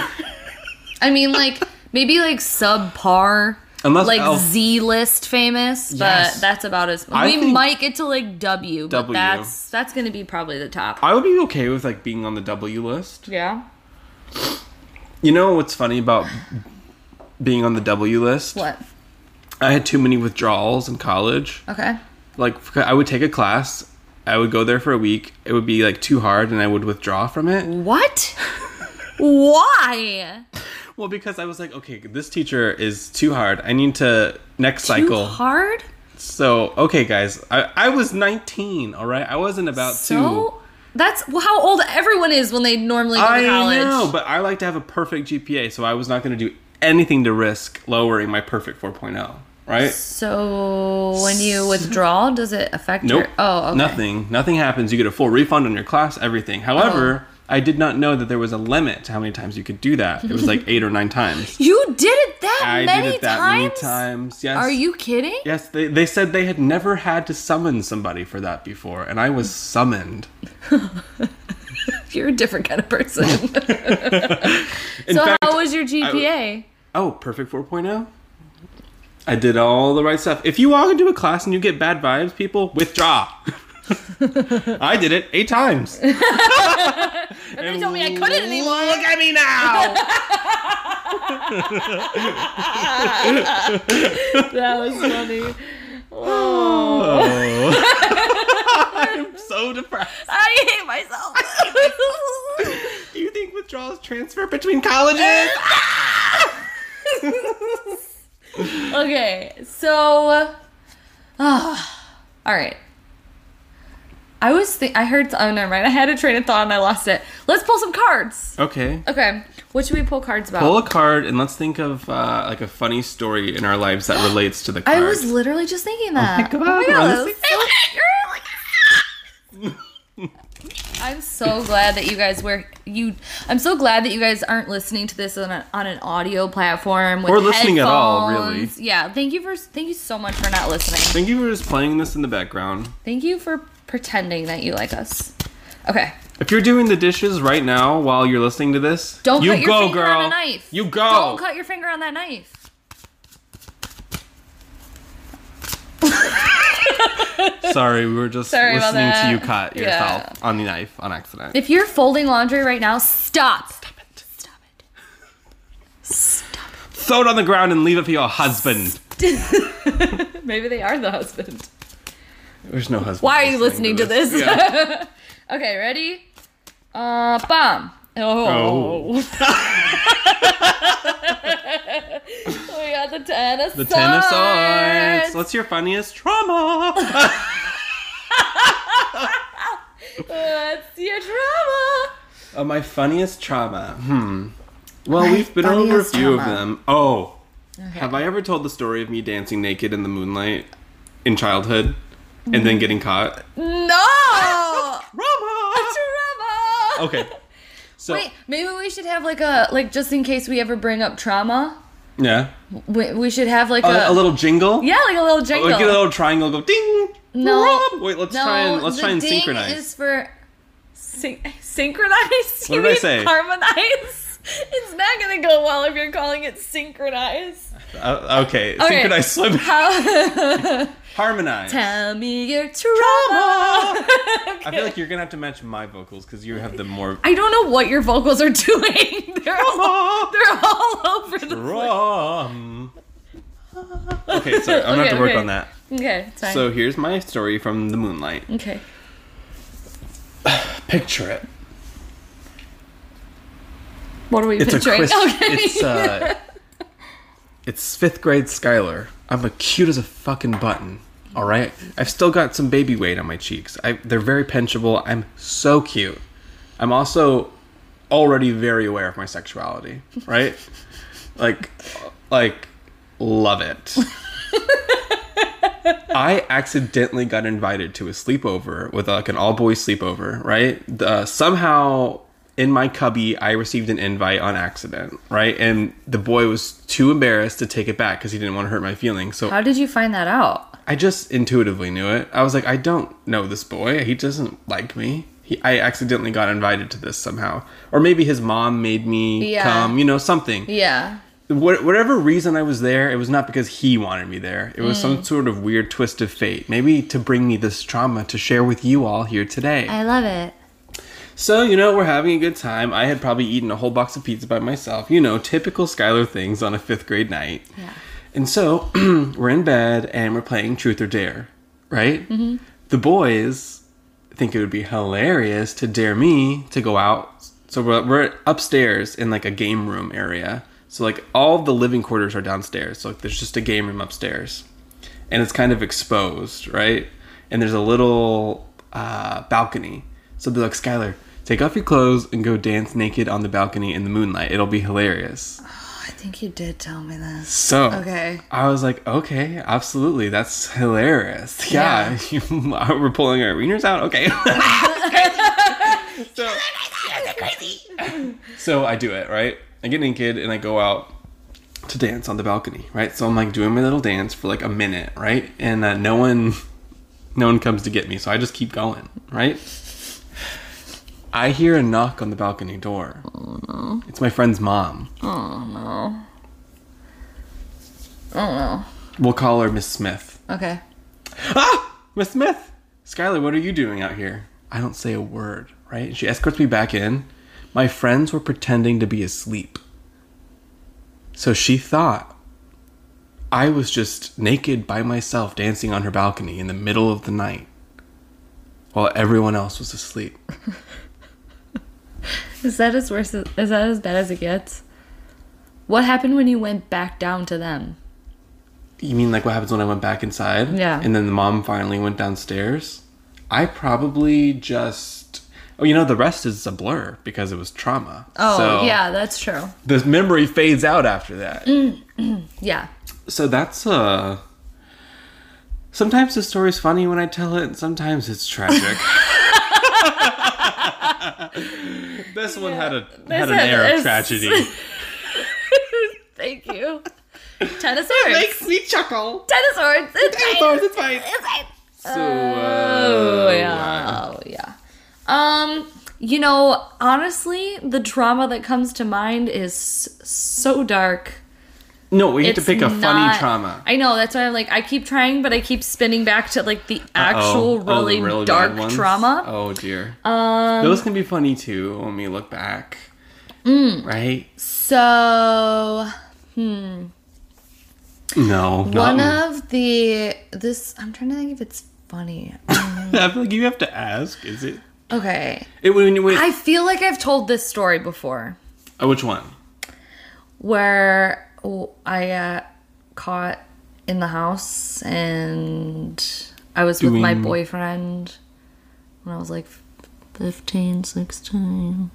B: I mean like maybe like subpar.
A: Unless
B: like
A: I'll-
B: Z list famous, but
A: Yes.
B: that's about as
A: I
B: we
A: think-
B: might get to like W, but
A: W.
B: that's that's gonna be probably the top.
A: I would be okay with like being on the W list.
B: yeah.
A: You know what's funny about being on the W list?
B: What?
A: I had too many withdrawals in college.
B: Okay.
A: like I would take a class, I would go there for a week. It would be like too hard, and I would withdraw from it.
B: What? Why?
A: Well, because I was like, okay, this teacher is too hard. I need to next
B: Too
A: cycle.
B: hard?
A: So okay, guys, I, I was 19. All right, I wasn't about to.
B: So that's well, how old everyone is when they normally go to
A: I
B: college.
A: know, but I like to have a perfect GPA, so I was not going to do anything to risk lowering my perfect 4.0. Right?
B: So when you withdraw, does it affect
A: Nope.
B: your Oh, okay.
A: nothing. Nothing happens. You get a full refund on your class. Everything. However.
B: Oh.
A: I did not know that there was a limit to how many times you could do that. It was like eight or nine times.
B: You did it that
A: I
B: many
A: did it that
B: times?
A: many times. Yes.
B: Are you kidding?
A: Yes, they, they said they had never had to summon somebody for that before, and I was summoned.
B: You're a different kind of person.
A: In
B: so
A: fact,
B: how was your GPA?
A: oh, perfect 4.0. I did all the right stuff. If you walk into a class and you get bad vibes, people withdraw. I did it eight times. and
B: they told me I couldn't anymore.
A: Look at me now.
B: that was funny.
A: I'm so depressed.
B: I hate myself.
A: Do you think withdrawals transfer between colleges?
B: Okay, so, ah, all right. I was think I heard. Oh, never mind. I had a train of thought and I lost it. Let's pull some cards.
A: okay.
B: Okay, what should we pull cards about?
A: Pull a card and let's think of uh, like a funny story in our lives that relates to the card.
B: I was literally just thinking that. Oh
A: God, honestly.
B: that was so- you're like-
A: "Ah."
B: I'm so glad that you guys were you. I'm so glad that you guys aren't listening to this on, a, on an audio platform with
A: Or listening at all,
B: headphones. Yeah. Thank you for thank you so much for not listening.
A: Thank you for just playing this in the background.
B: Thank you for pretending that you like us. Okay.
A: If you're doing the dishes right now while you're listening to this,
B: Don't
A: you
B: cut your
A: go,
B: finger
A: girl.
B: on a knife.
A: You go.
B: Don't cut your finger on that knife.
A: Sorry, we were just
B: Sorry about
A: listening to
B: that.
A: you cut yourself on the knife on accident.
B: If you're folding laundry right now, stop. Stop it. Stop it.
A: Throw it on the ground and leave it for your husband.
B: Maybe they are the husband.
A: There's no husband.
B: Why are you listening to this?
A: Yeah.
B: Okay, ready? Uh, bomb. Oh. we got the tennis.
A: The ten of swords. What's your funniest trauma?
B: What's your drama?
A: uh, my funniest trauma. Hmm. Well, we've been over a
B: funniest
A: few of
B: trauma.
A: them. Oh. Have I ever told the story of me dancing naked in the moonlight in childhood and
B: Mm-hmm.
A: then getting caught?
B: No.
A: Trauma!
B: drama.
A: Okay. So
B: Wait, maybe we should have like a like just in case we ever bring up trauma.
A: yeah,
B: We, we should have like
A: a,
B: a,
A: a little Oh, jingle.
B: yeah, like a little jingle.
A: Like a little triangle. Go ding.
B: No.
A: Rob. Wait. Let's
B: no,
A: try and let's
B: the
A: try and
B: ding
A: synchronize.
B: is for Syn- synchronized.
A: What
B: You
A: did I
B: mean
A: say?
B: Harmonize. It's not gonna go well if you're calling it synchronize.
A: Uh, okay.
B: Okay.
A: Synchronized slim.
B: How?
A: Harmonize.
B: Tell me your trauma.
A: I feel like you're gonna have to match my vocals because you have the more.
B: I don't know what your vocals are doing. They're all, they're all over the place.
A: Rum. Okay, sorry. I'm gonna have
B: Okay,
A: to work
B: okay.
A: on that.
B: Okay, it's fine.
A: So here's my story from the moonlight.
B: okay.
A: Picture it.
B: What are we
A: It's
B: picturing?
A: a quiz.
B: okay.
A: It's uh, it's fifth grade Skylar. I'm a cute as a fucking button. All right, I've still got some baby weight on my cheeks. I, they're very pinchable. I'm so cute. I'm also already very aware of my sexuality. Right, like, like, love it. I accidentally got invited to a sleepover with like an all boys sleepover, right? Uh, somehow in my cubby, I received an invite on accident, right? And the boy was too embarrassed to take it back because he didn't want to hurt my feelings. So
B: How did you find that out?
A: I just intuitively knew it. I was like, I don't know this boy. He doesn't like me. He, I accidentally got invited to this somehow. Or maybe his mom made me
B: Yeah.
A: come, you know, something
B: Yeah.
A: what, whatever reason I was there, it was not because he wanted me there. It was some sort of weird twist of fate. Maybe to bring me this trauma to share with you all here today.
B: I love it.
A: so, you know, we're having a good time. I had probably eaten a whole box of pizza by myself. You know, typical Skylar things on a fifth grade night.
B: Yeah.
A: And so we're in bed and we're playing Truth or Dare, right? Mm-hmm. The boys think it would be hilarious to dare me to go out. So we're, we're upstairs in like a game room area. So like all the living quarters are downstairs. So like there's just a game room upstairs, and it's kind of exposed, right? And there's a little uh, balcony. So they're like, Skylar, take off your clothes and go dance naked on the balcony in the moonlight. It'll be hilarious.
B: I think you did tell me this.
A: So
B: Okay.
A: I was like, okay, absolutely, that's hilarious. Yeah, uh, we're pulling our wieners out. Okay. so, so I do it right. I get naked and I go out to dance on the balcony. Right. So I'm like doing my little dance for like a minute. Right. And uh, no one, no one comes to get me. So I just keep going. Right. I hear a knock on the balcony door. It's my friend's mom.
B: Oh
A: We'll call her Miss Smith.
B: no. Okay.
A: Ah! Miss Smith! Skylar, what are you doing out here? I don't say a word, right? She escorts me back in. My friends were pretending to be asleep. So she thought I was just naked by myself dancing on her balcony in the middle of the night while everyone else was asleep.
B: Is that as worse? As, is that as bad as it gets? What happened when you went back down to them?
A: You mean like what happens when I went back inside?
B: Yeah.
A: And then the mom finally went downstairs? I probably just. Oh, you know, the rest is a blur because it was trauma.
B: Oh
A: So-
B: yeah, that's true.
A: the memory fades out after that.
B: Mm. Yeah.
A: So that's uh Sometimes the story's funny when I tell it, and sometimes it's tragic. this one had a had an
B: This
A: air of
B: is-
A: tragedy.
B: Thank you. Ten of
A: me chuckle.
B: Ten of swords. It's fine.
A: it's fine.
B: It's fine.
A: So,
B: Oh
A: uh,
B: yeah. Oh yeah. Um, you know, honestly, the drama that comes to mind is so dark.
A: No, we have to
B: It's
A: pick a funny
B: not-
A: trauma.
B: I know that's why I'm like I keep trying, but I keep spinning back to like the actual
A: Uh-oh. Oh, the bad
B: really, dark
A: ones?
B: trauma. Um,
A: Oh dear. Those can be funny too when we look back.
B: Mm.
A: Right?
B: So
A: No.
B: one
A: not-
B: of the this I'm trying to think if it's funny.
A: I feel like you have to ask. Is it?
B: Okay,
A: it when, when,
B: I feel like I've told this story before,
A: oh, which one?
B: where I got caught in the house and I was with my
A: Doing-
B: boyfriend when I was like 15, 16.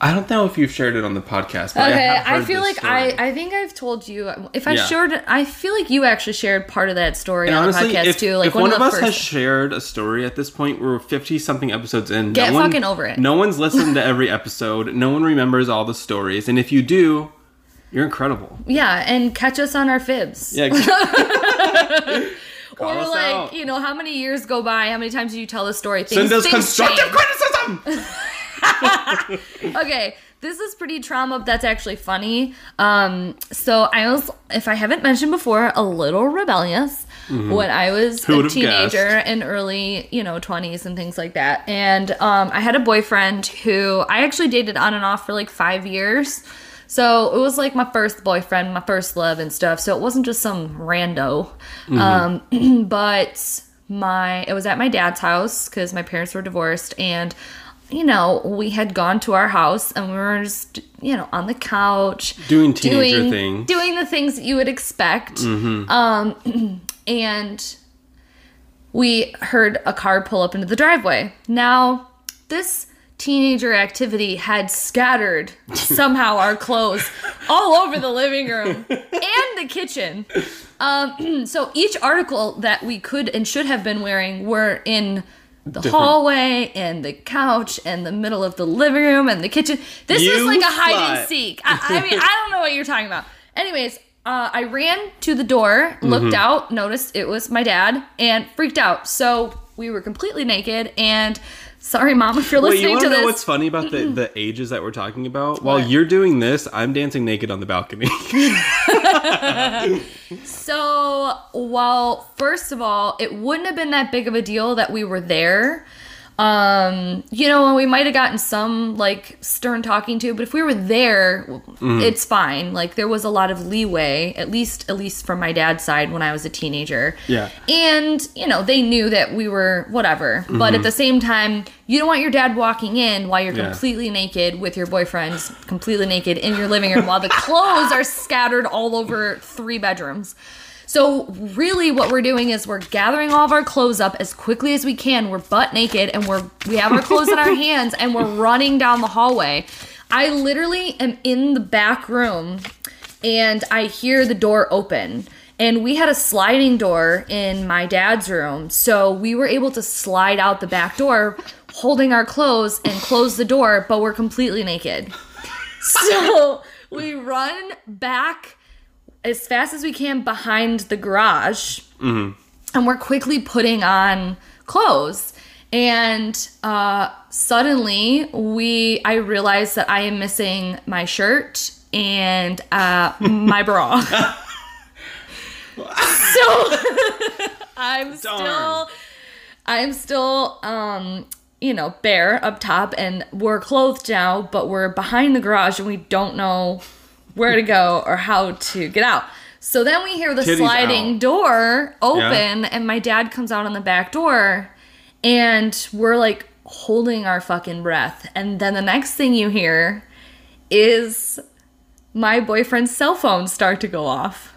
A: I don't know if you've shared it on the podcast. But
B: Okay,
A: I, have
B: I,
A: heard
B: feel
A: this
B: like I,
A: story.
B: I think I've told you if I
A: Yeah.
B: shared I feel like you actually shared part of that story
A: And
B: on
A: honestly,
B: the podcast
A: if,
B: too. Like
A: if one, of
B: the
A: us
B: first,
A: has shared a story at this point, we're fifty something episodes in.
B: Get
A: no one-
B: fucking over it.
A: No one's listened to every episode. No one remembers all the stories, and if you do, you're incredible.
B: yeah, and catch us on our fibs.
A: Yeah. Call
B: or
A: us
B: like
A: out.
B: you know how many years go by? How many times do you tell the story? Things,
A: send us
B: things
A: constructive
B: change.
A: criticism.
B: okay this is pretty trauma that's actually funny um so i was if i haven't mentioned before a little rebellious when i was
A: Mm-hmm. Who
B: a
A: would've
B: teenager
A: guessed?
B: and early you know 20s and things like that and um i had a boyfriend who i actually dated on and off for like five years so it was like my first boyfriend my first love and stuff so it wasn't just some rando um but my it was at my dad's house because my parents were divorced and you know, we had gone to our house and we were just, you know, on the couch
A: Doing teenager Mm-hmm. things.
B: doing the things that you would expect. Um, and we heard a car pull up into the driveway. Now, this teenager activity had scattered somehow our clothes all over the living room and the kitchen. Um, so each article that we could and should have been wearing were in the hallway and the couch and the middle of the living room and the kitchen. This was
A: You
B: like a hide and
A: slut.
B: seek seek. I, I mean, I don't know what you're talking about. Anyways, uh, I ran to the door, looked
A: Mm-hmm.
B: out, noticed it was my dad, and freaked out. So we were completely naked. And sorry, mom, if you're
A: Wait, you
B: listening
A: want
B: to
A: to know
B: this,
A: what's funny about the, the ages that we're talking about? While
B: What?
A: you're doing this, I'm dancing naked on the balcony.
B: So, well, first of all, it wouldn't have been that big of a deal that we were there. Um, you know, and we might have gotten some like stern talking to, but if we were there,
A: Mm.
B: it's fine. Like there was a lot of leeway, at least at least from my dad's side when I was a teenager.
A: Yeah.
B: And, you know, they knew that we were whatever. But at the same time, you don't want your dad walking in while you're
A: Yeah.
B: completely naked with your boyfriend, completely naked in your living room while the clothes are scattered all over three bedrooms. So, really, what we're doing is we're gathering all of our clothes up as quickly as we can. We're butt naked and we're we have our clothes in our hands and we're running down the hallway. I literally am in the back room and I hear the door open. And we had a sliding door in my dad's room, so we were able to slide out the back door holding our clothes and close the door, but we're completely naked. So we run back as fast as we can behind the garage and we're quickly putting on clothes and uh, suddenly we i realized that i am missing my shirt and uh, my bra so i'm still
A: Darn.
B: i'm still um you know bare up top and we're clothed now but we're behind the garage and we don't know where to go or how to get out so then we hear the
A: Titties
B: sliding
A: out.
B: door open and my dad comes out on the back door and we're like holding our fucking breath and then the next thing you hear is my boyfriend's cell phone start to go off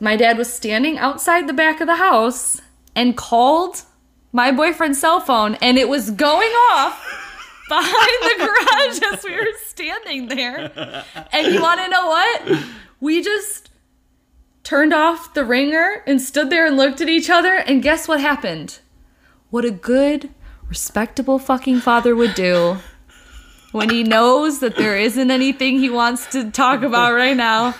B: my dad was standing outside the back of the house and called my boyfriend's cell phone and it was going off behind the garage as we were standing there and you want to know what we just turned off the ringer and stood there and looked at each other and guess what happened what a good respectable fucking father would do when he knows that there isn't anything he wants to talk about right now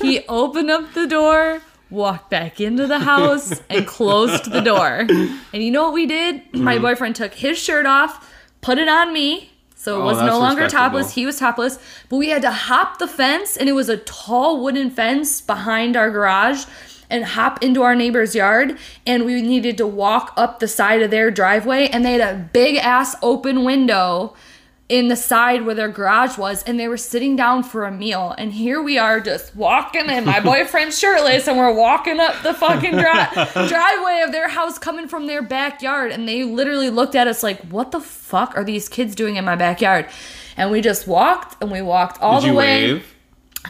B: he opened up the door walked back into the house and closed the door and you know what we did my
A: Hmm.
B: boyfriend took his shirt off put it on me so it
A: Oh,
B: was
A: that's
B: no longer
A: respectable.
B: topless he was topless but we had to hop the fence and it was a tall wooden fence behind our garage and hop into our neighbor's yard and we needed to walk up the side of their driveway and they had a big ass open window in the side where their garage was and they were sitting down for a meal and here we are just walking in my boyfriend's shirtless and we're walking up the fucking dri- driveway of their house coming from their backyard and they literally looked at us like what the fuck are these kids doing in my backyard and we just walked and we walked all
A: Did
B: the
A: you
B: way
A: wave?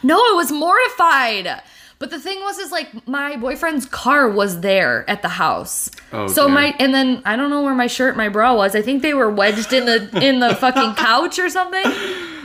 B: no, I was mortified. But the thing was, is like my boyfriend's car was there at the house.
A: Oh,
B: so
A: dear.
B: my and then I don't know where my shirt, and my bra was. I think they were wedged in the in the fucking couch or something.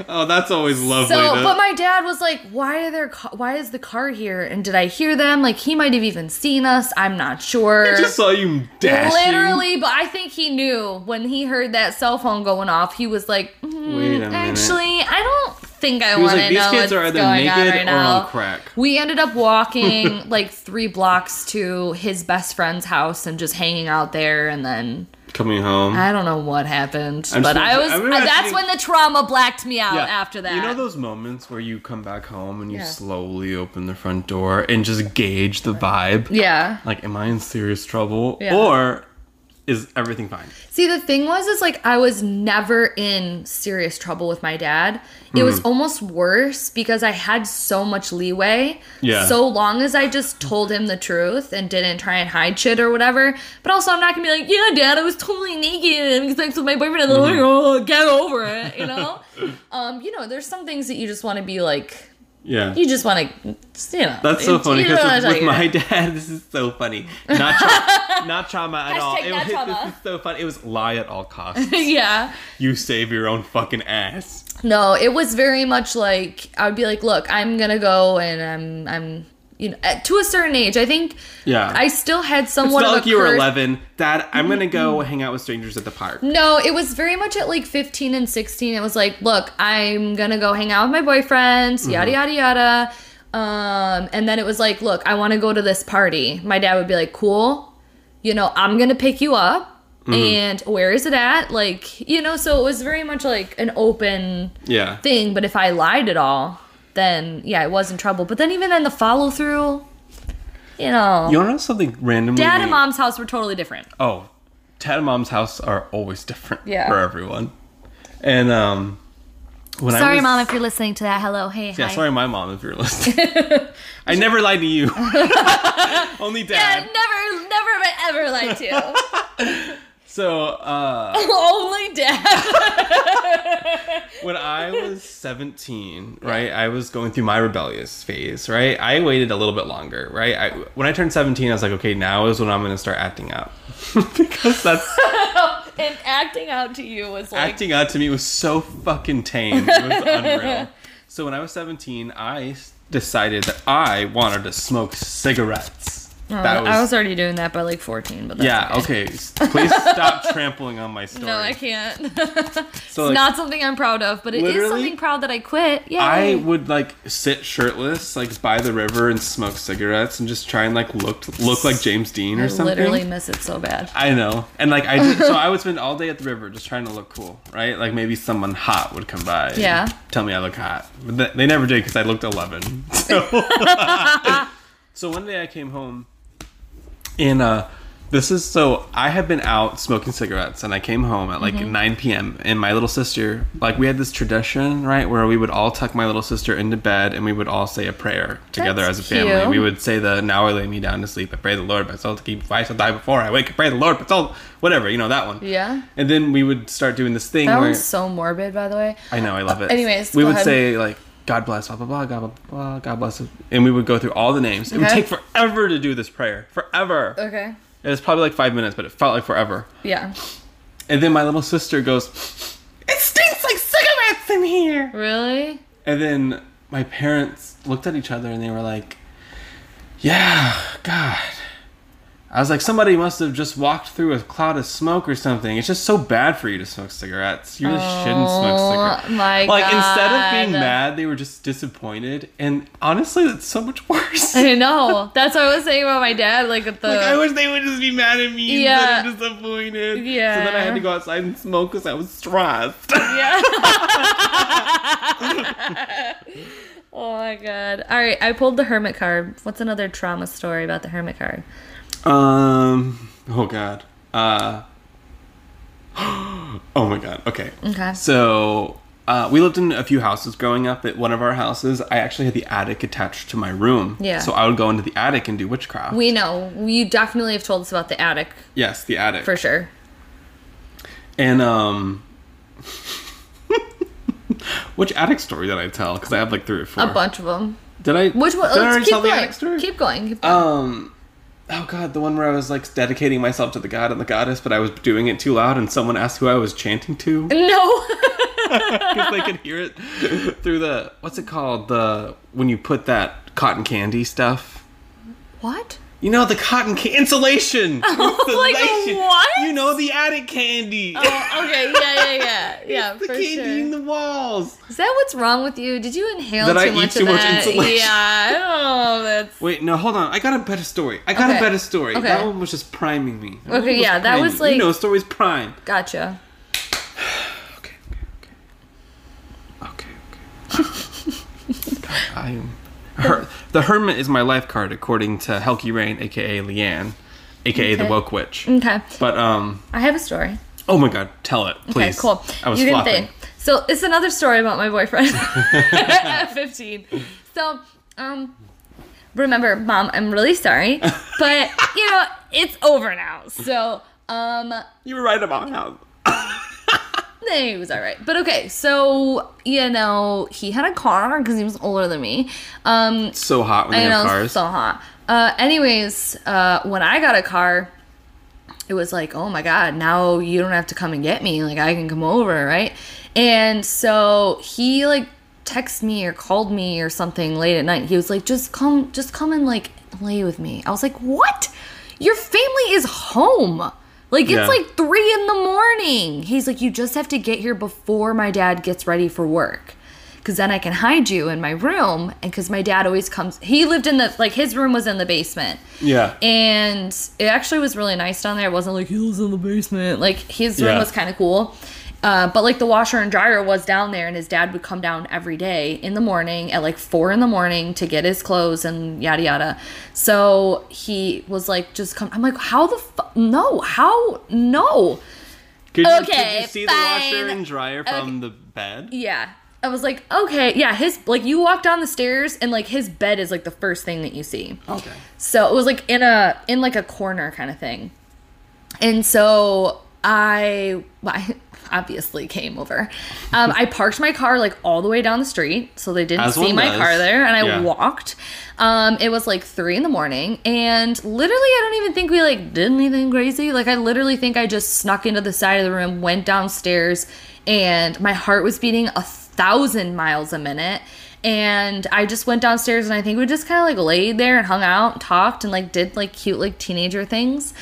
A: Oh, that's always lovely.
B: So,
A: to-
B: but my dad was like, "Why are there? Ca- why is the car here? And did I hear them? Like he might have even seen us. I'm not sure.
A: I just saw you dashing.
B: Literally, but I think he knew when he heard that cell phone going off. He was like, "Mm,
A: Wait a minute.
B: "Actually, I don't think I
A: He was
B: want to
A: like,
B: know
A: "These kids
B: what's
A: are either
B: going on
A: naked
B: right
A: or
B: now.
A: on crack."
B: We ended up walking like three blocks to his best friend's house and just hanging out there, and then
A: Coming home.
B: I don't know what happened,
A: I'm
B: but
A: still-
B: I was. uh,
A: I remember
B: that's
A: actually-
B: when the trauma blacked me out.
A: Yeah.
B: After that,
A: You know those moments where you come back home and you
B: Yeah.
A: slowly open the front door and just gauge the vibe?
B: yeah.
A: Like, am I in serious trouble?
B: Yeah.
A: Or is everything fine?
B: See, the thing was, is like I was never in serious trouble with my dad. It was
A: Mm.
B: almost worse because I had so much leeway.
A: Yeah.
B: So long as I just told him the truth and didn't try and hide shit or whatever. But also, I'm not gonna be like, yeah, dad, I was totally naked and having sex with my boyfriend. And then
A: Mm-hmm.
B: like, oh, get over it, you know. um, you know, there's some things that you just want to be like,
A: Yeah.
B: you just want to, you know.
A: That's so
B: you-
A: funny
B: you know what I'm
A: because with, with
B: talking about.
A: my dad, this is so funny. Not, tra- not trauma at all.
B: Hashtag
A: It
B: not
A: was,
B: trauma.
A: This is so funny. It was lie at all costs.
B: yeah.
A: you save your own fucking ass.
B: No, it was very much like I would be like, look, I'm gonna go and I'm I'm you know at- to a certain age. I think
A: Yeah.
B: I still had
A: it's
B: somewhat
A: not
B: of a
A: like you were
B: curse-
A: 11. Dad, I'm going to go hang out with strangers at the park.
B: No, it was very much at like 15 and 16. It was like, look, I'm gonna go hang out with my boyfriends, yada
A: Mm-hmm.
B: yada yada. Um, and then it was like, look, I want to go to this party. My dad would be like, cool, you know, I'm gonna pick you up.
A: Mm-hmm.
B: And where is it at? Like, you know, so it was very much like an open
A: Yeah.
B: thing, but if I lied at all, then yeah, I was in trouble. But then even then the follow through, you know,
A: You want to know something randomly?
B: dad and mom's house were totally different.
A: oh, dad and mom's house are always different
B: Yeah.
A: for everyone. And um, when I
B: Sorry,
A: was,
B: mom, if you're listening to that. Hello, hey,
A: Yeah,
B: hi.
A: sorry, my mom, if you're listening. I never lied to you. Only
B: Dad,
A: dad.
B: never, never have I ever lied to you.
A: So uh,
B: Only dad.
A: when I was 17, right, I was going through my rebellious phase, right? I waited a little bit longer, right? I, when I turned 17, I was like, okay, now is when I'm going to start acting out. because that's
B: and acting out to you was like,
A: acting out to me was so fucking tame. It was unreal. So when I was 17, I s- decided that I wanted to smoke cigarettes. that was,
B: Oh, I was already doing that by like 14, but that's
A: yeah. Okay, s- please stop trampling on my story.
B: No, I can't. it's
A: so like,
B: not something I'm proud of, but it is
A: Literally,
B: something proud that I quit. Yeah.
A: I would like sit shirtless like by the river and smoke cigarettes and just try and like look look like James Dean or
B: I
A: something.
B: literally miss it so bad.
A: I know. And like I did, so I would spend all day at the river just trying to look cool, right? Like maybe someone hot would come by. and
B: Yeah.
A: Tell me I look hot. But th- they never did because I looked 11. So, so one day I came home and uh this is so I have been out smoking cigarettes and I came home at like
B: Mm-hmm.
A: 9 p.m. and my little sister like we had this tradition, right, where we would all tuck my little sister into bed and we would all say a prayer together
B: That's
A: as a family.
B: cute.
A: We would say the now I lay me down to sleep, I pray the Lord my soul to keep I shall die before I wake, I pray the Lord my soul whatever, you know, that one.
B: Yeah.
A: And then we would start doing this thing
B: That
A: where
B: one's so morbid, by the way.
A: I know, I love it.
B: Anyways,
A: we
B: go
A: would
B: ahead.
A: say like God bless, blah blah blah, God blah blah, God bless, and we would go through all the names. It would
B: Okay.
A: take forever to do this prayer, forever.
B: Okay.
A: It was probably like five minutes, but it felt like forever.
B: Yeah.
A: And then my little sister goes, It stinks like cigarettes in here.
B: Really?
A: And then my parents looked at each other and they were like, Yeah, God. I was like, Somebody must have just walked through a cloud of smoke or something. It's just so bad for you to smoke cigarettes. You really shouldn't smoke
B: Oh,
A: cigarettes.
B: my
A: Like, instead of being
B: God.
A: mad, they were just disappointed. And honestly, that's so much worse.
B: I know. That's what I was saying about my dad. Like at the.
A: Like, I wish they would just be mad at me
B: Yeah.
A: instead of disappointed.
B: Yeah.
A: So then I had to go outside and smoke because I was stressed.
B: yeah. oh my god. All right, I pulled the hermit card. What's another trauma story about the hermit card?
A: um. Oh God. Uh. Oh my God. Okay.
B: Okay.
A: So. Uh, we lived in a few houses growing up. At one of our houses, I actually had the attic attached to my room.
B: Yeah.
A: So I would go into the attic and do witchcraft.
B: We know. You definitely have told us about the attic
A: yes, the attic.
B: for sure.
A: And um, which attic story did I tell? Because I have like three or four.
B: A bunch of them.
A: Did I?
B: Which one?
A: Did I already
B: Let's keep
A: tell the
B: going.
A: attic story?
B: keep going. Keep going.
A: Um, oh god, the one where I was like dedicating myself to the god and the goddess, but I was doing it too loud, and someone asked who I was chanting to
B: no.
A: because they could hear it through the what's it called the when you put that cotton candy stuff.
B: what?
A: You know the cotton ca- insulation.
B: Oh, like,
A: Insulation.
B: what?
A: You know the attic candy.
B: Oh, okay, yeah, yeah, yeah, yeah,
A: the
B: for
A: candy
B: sure.
A: in the walls.
B: Is that what's wrong with you? Did you inhale
A: That
B: too
A: I eat
B: much
A: too
B: of
A: much
B: that?
A: insulation.
B: Yeah, I don't know. That's
A: Wait, no, hold on. I got a better story. I got
B: Okay.
A: a better story.
B: Okay.
A: That one was just priming me. That one
B: Okay,
A: was
B: yeah, that
A: priming.
B: was like-
A: you know, stories prime.
B: gotcha.
A: Okay, okay, okay, okay, okay. God, I am. Her, the Hermit is my life card, according to Helky Rain, aka Leanne, aka the
B: Okay.
A: Woke Witch.
B: Okay,
A: But um,
B: I have a story.
A: oh my God, tell it, please.
B: Okay, cool.
A: I was
B: you didn't
A: flopping.
B: think. So it's another story about my boyfriend at 15. So, um, remember, mom, I'm really sorry, but you know it's over now. So, um,
A: You were right about how.
B: no, he eh, was all right. But okay, so you know he had a car because he was older than me. Um,
A: It's so hot when they
B: I know,
A: have cars.
B: so hot. Uh, anyways, uh, when I got a car, it was like, oh my god, now you don't have to come and get me. Like I can come over, right? And so he like texted me or called me or something late at night. He was like, just come, just come and like lay with me. I was like, what? Your family is home. Like it's
A: Yeah.
B: like three in the morning. He's like, you just have to get here before my dad gets ready for work because then I can hide you in my room. And because my dad always comes, he lived in the like his room was in the basement,
A: yeah.
B: and it actually was really nice down there. It wasn't like he lives in the basement. Like his room
A: Yeah.
B: was kind of cool. Uh, but like the washer and dryer was down there, and his dad would come down every day in the morning at like four in the morning to get his clothes and yada yada. So he was like, "Just come." I'm like, "How the fu- no? How no?"
A: Could you,
B: Okay,
A: could you see the
B: fine.
A: washer and dryer from the bed?
B: Yeah. I was like, okay, yeah, his like you walk down the stairs and like his bed is like the first thing that you see.
A: Okay.
B: So it was like in a in like a corner kind of thing. And so I I obviously came over. Um, I parked my car like all the way down the street, so they didn't
A: As
B: see
A: one
B: my
A: does.
B: car there, and I
A: Yeah.
B: walked. Um, it was like three in the morning, and literally, I don't even think we like did anything crazy. Like I literally think I just snuck into the side of the room, went downstairs, and my heart was beating a thousand miles a minute. And I just went downstairs, and I think we just kind of like laid there and hung out, and talked, and like did like cute like teenager things,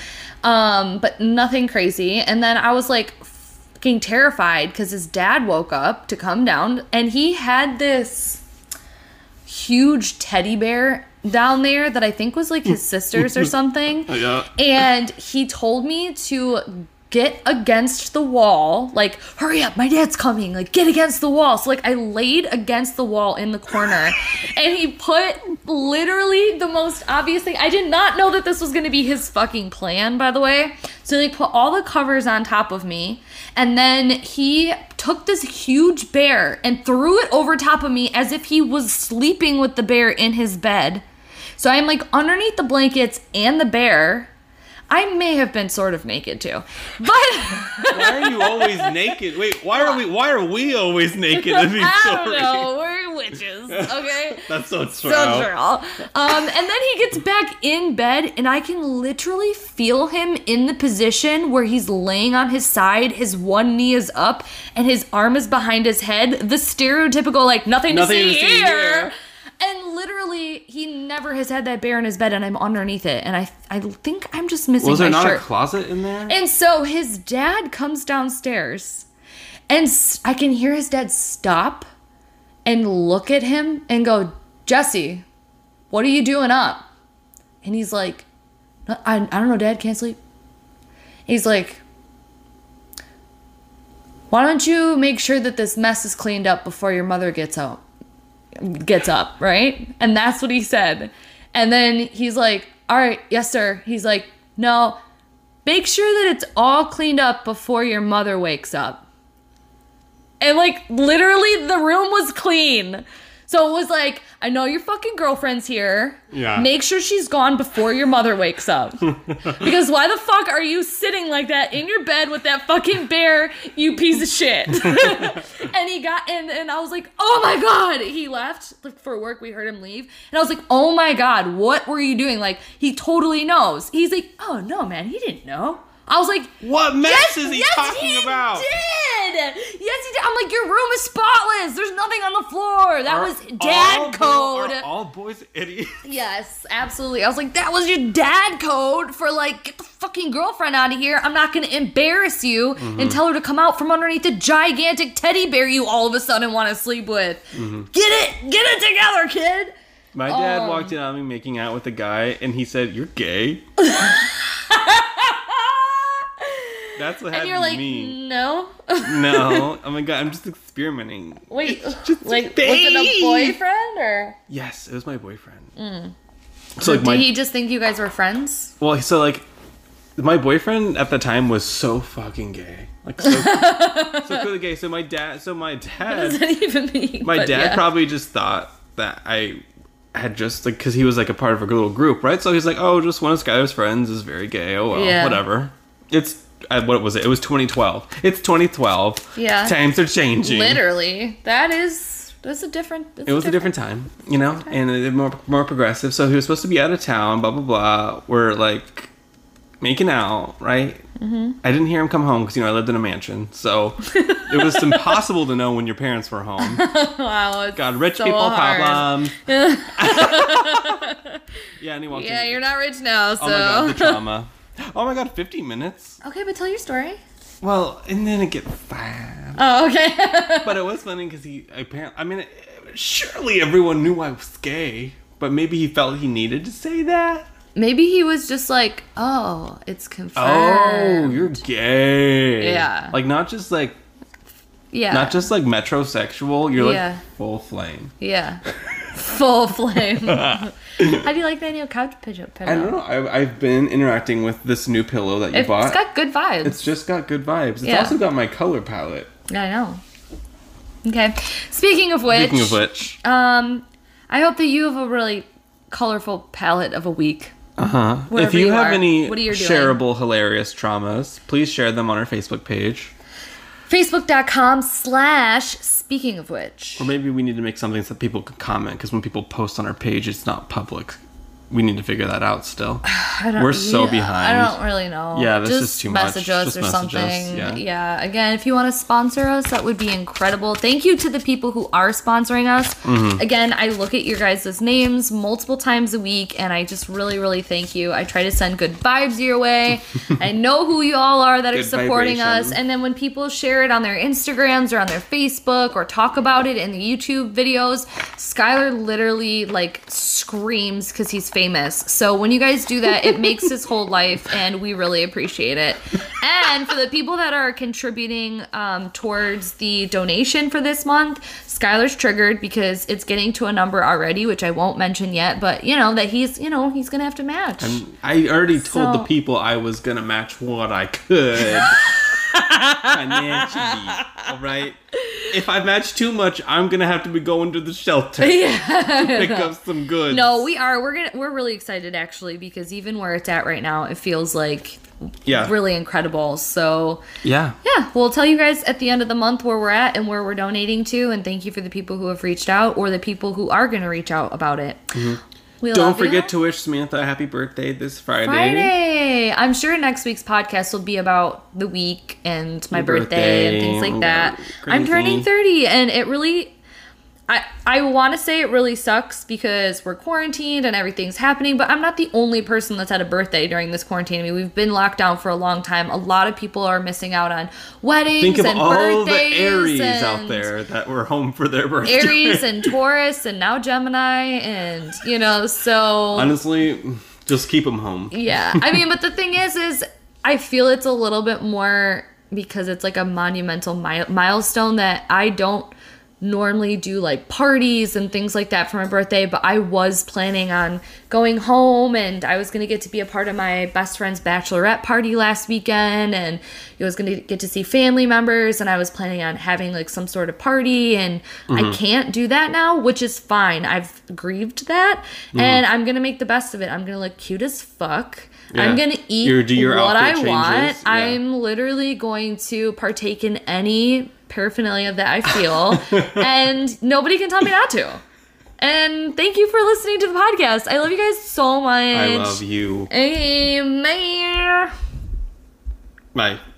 B: um, but nothing crazy. And then I was like fucking terrified because his dad woke up to come down, and he had this huge teddy bear down there that I think was like his sister's or something.
A: Yeah.
B: And he told me to get against the wall, like, hurry up, my dad's coming, like, get against the wall. So, like, I laid against the wall in the corner and he put literally the most obvious thing. I did not know that this was gonna be his fucking plan, by the way. So, they put all the covers on top of me and then he took this huge bear and threw it over top of me as if he was sleeping with the bear in his bed. So I'm like underneath the blankets and the bear. I may have been sort of naked too. But
A: Why are you always naked? Wait, why are we? Why are we always naked in these
B: I don't
A: stories?
B: know. We're witches, okay?
A: That's so true.
B: So girl. Um, and then he gets back in bed, and I can literally feel him in the position where he's laying on his side, his one knee is up, and his arm is behind his head. The stereotypical, like, nothing,
A: Nothing
B: to see,
A: to see
B: here.
A: here.
B: And literally, he never has had that bear in his bed, and I'm underneath it, and I, I think I'm just missing
A: Was there
B: my
A: not
B: shirt.
A: a closet in there?
B: And so his dad comes downstairs, and s- I can hear his dad stop and look at him and go, Jesse, what are you doing up? And he's like, "No, I, I don't know, dad, can't sleep. He's like, why don't you make sure that this mess is cleaned up before your mother gets out? Gets up, right? And that's what he said. And then he's like, all right, yes, sir. He's like, no, make sure that it's all cleaned up before your mother wakes up. And like literally the room was clean. So it was like, I know your fucking girlfriend's here.
A: Yeah.
B: Make sure she's gone before your mother wakes up. because why the fuck are you sitting like that in your bed with that fucking bear, you piece of shit? and he got and and I was like, "Oh my god." He left like for work. We heard him leave. And I was like, "Oh my god, what were you doing?" Like he totally knows. He's like, "Oh no, man. He didn't know." I was like,
A: what mess
B: Yes,
A: is he
B: yes,
A: talking
B: he
A: about?
B: Did Yes, he did. I'm like, your room is spotless. There's nothing on the floor. That
A: Are
B: was dad
A: all bo-
B: code.
A: are all boys idiots?
B: Yes, absolutely. I was like, that was your dad code for like, get the fucking girlfriend out of here. I'm not gonna embarrass you
A: Mm-hmm.
B: and tell her to come out from underneath the gigantic teddy bear you all of a sudden want to sleep with.
A: Mm-hmm.
B: Get it, get it together, kid.
A: My dad
B: Um,
A: walked in on me making out with a guy, and he said, "You're gay." Ah! That's what
B: And
A: happened
B: you're like,
A: to me.
B: no.
A: No, oh my god, I'm just experimenting.
B: Wait,
A: just
B: like, was
A: babe.
B: it a boyfriend or
A: Yes, it was my boyfriend. So like my
B: Mm. did he just think you guys were friends?
A: well, so like my boyfriend at the time was so fucking gay, like so, so clearly gay. So my dad, so my
B: What does
A: dad,
B: that even mean?
A: my
B: But
A: dad
B: yeah.
A: probably just thought that I had just like because he was like a part of a little group, right? So he's like, oh, just one of Skyler's friends is very gay. Oh well,
B: Yeah.
A: whatever. It's I, what was it? It was 2012. It's 2012.
B: Yeah.
A: times are changing.
B: literally, that is that's a different. That's
A: It was a different time, you know, and it, more more progressive. So he was supposed to be out of town, blah blah blah. We're like making out, right? Mm-hmm. I didn't hear him come home because you know I lived in a mansion, so it was impossible to know when your parents were home.
B: Wow, it's
A: God, rich
B: so
A: people
B: hard.
A: problem. yeah, and he walked
B: Yeah,
A: in.
B: you're not rich now, so.
A: oh my god, the trauma. Oh my god, 50 minutes.
B: okay, but tell your story.
A: Well, and then it gets bad.
B: Oh, okay.
A: But it was funny because he apparently. I mean, it- surely everyone knew I was gay, but maybe he felt he needed to say that.
B: Maybe he was just like, oh, it's
A: Oh,
B: confirmed.
A: you're gay.
B: Yeah.
A: Like not just like
B: yeah.
A: not just like metrosexual. You're
B: Yeah.
A: like full flame.
B: yeah. Full flame. How do you like that new couch pigeon pillow?
A: I don't know. I, I've been interacting with this new pillow that you
B: It's
A: bought.
B: got good vibes.
A: It's just got good vibes. It's
B: Yeah.
A: also got my color palette.
B: I know. Okay. Speaking of which.
A: Speaking of which,
B: Um, I hope that you have a really colorful palette of a week.
A: uh huh. If
B: Wherever
A: you,
B: you
A: have
B: are,
A: any
B: what are you doing?
A: shareable, hilarious traumas, please share them on our Facebook page.
B: Facebook.com slash speaking of which.
A: Or maybe we need to make something so that people can comment because when people post on our page, it's not public. We need to figure that out still.
B: I don't-
A: We're so
B: yeah,
A: behind.
B: I don't really know.
A: Yeah, this
B: just
A: is too much.
B: message us
A: Just
B: or
A: message us,
B: something.
A: yeah.
B: Yeah. Again, if you want to sponsor us, that would be incredible. Thank you to the people who are sponsoring us.
A: Mm-hmm.
B: Again, I look at your guys' names multiple times a week, and I just really, really thank you. I try to send good vibes your way. I know who you all are that are
A: Good
B: supporting us,
A: vibrations.
B: and then when people share it on their Instagrams or on their Facebook or talk about it in the YouTube videos, Skylar literally like screams because he's famous. So when you guys do that, it makes his whole life, and we really appreciate it. And for the people that are contributing um, towards the donation for this month, Skylar's triggered because it's getting to a number already, which I won't mention yet. But you know that he's you know he's gonna have to match.
A: I already told the
B: So-
A: people I was gonna match what I could financially. All right. If I match too much, I'm gonna have to be going to the shelter to pick up some goods.
B: No, we are. We're gonna. We're really excited actually because even where it's at right now, it feels like
A: yeah,
B: really incredible. So
A: yeah.
B: yeah, we'll tell you guys at the end of the month where we're at and where we're donating to, and thank you for the people who have reached out or the people who are gonna reach out about it. We
A: Mm-hmm. Don't
B: love you.
A: forget to wish Samantha a happy birthday this Friday.
B: Friday. I'm sure next week's podcast will be about the week and my birthday, and things like that.
A: birthday.
B: I'm turning
A: Crazy.
B: 30 and it really I I want to say it really sucks because we're quarantined and everything's happening, but I'm not the only person that's had a birthday during this quarantine. I mean, we've been locked down for a long time. A lot of people are missing out on weddings
A: Think of
B: and
A: all the
B: birthdays
A: Aries
B: and
A: out there that were home for their birthday.
B: Aries and Taurus and now Gemini and you know, so
A: Honestly, just keep them home.
B: Yeah. I mean, but the thing is, is I feel it's a little bit more because it's like a monumental mi- milestone that I don't normally do like parties and things like that for my birthday, but I was planning on going home and I was going to get to be a part of my best friend's bachelorette party last weekend and I was going to get to see family members and I was planning on having like some sort of party and
A: Mm-hmm.
B: I can't do that now, which is fine. I've grieved that
A: Mm.
B: and I'm going to make the best of it. I'm going to look cute as fuck. I'm
A: Yeah.
B: gonna eat
A: Your- do your
B: what I
A: outfit
B: want.
A: changes, yeah.
B: I'm literally going to partake in any paraphernalia that I feel, and nobody can tell me not to. And thank you for listening to the podcast. I love you guys so much.
A: I love you.
B: Amen.
A: Bye.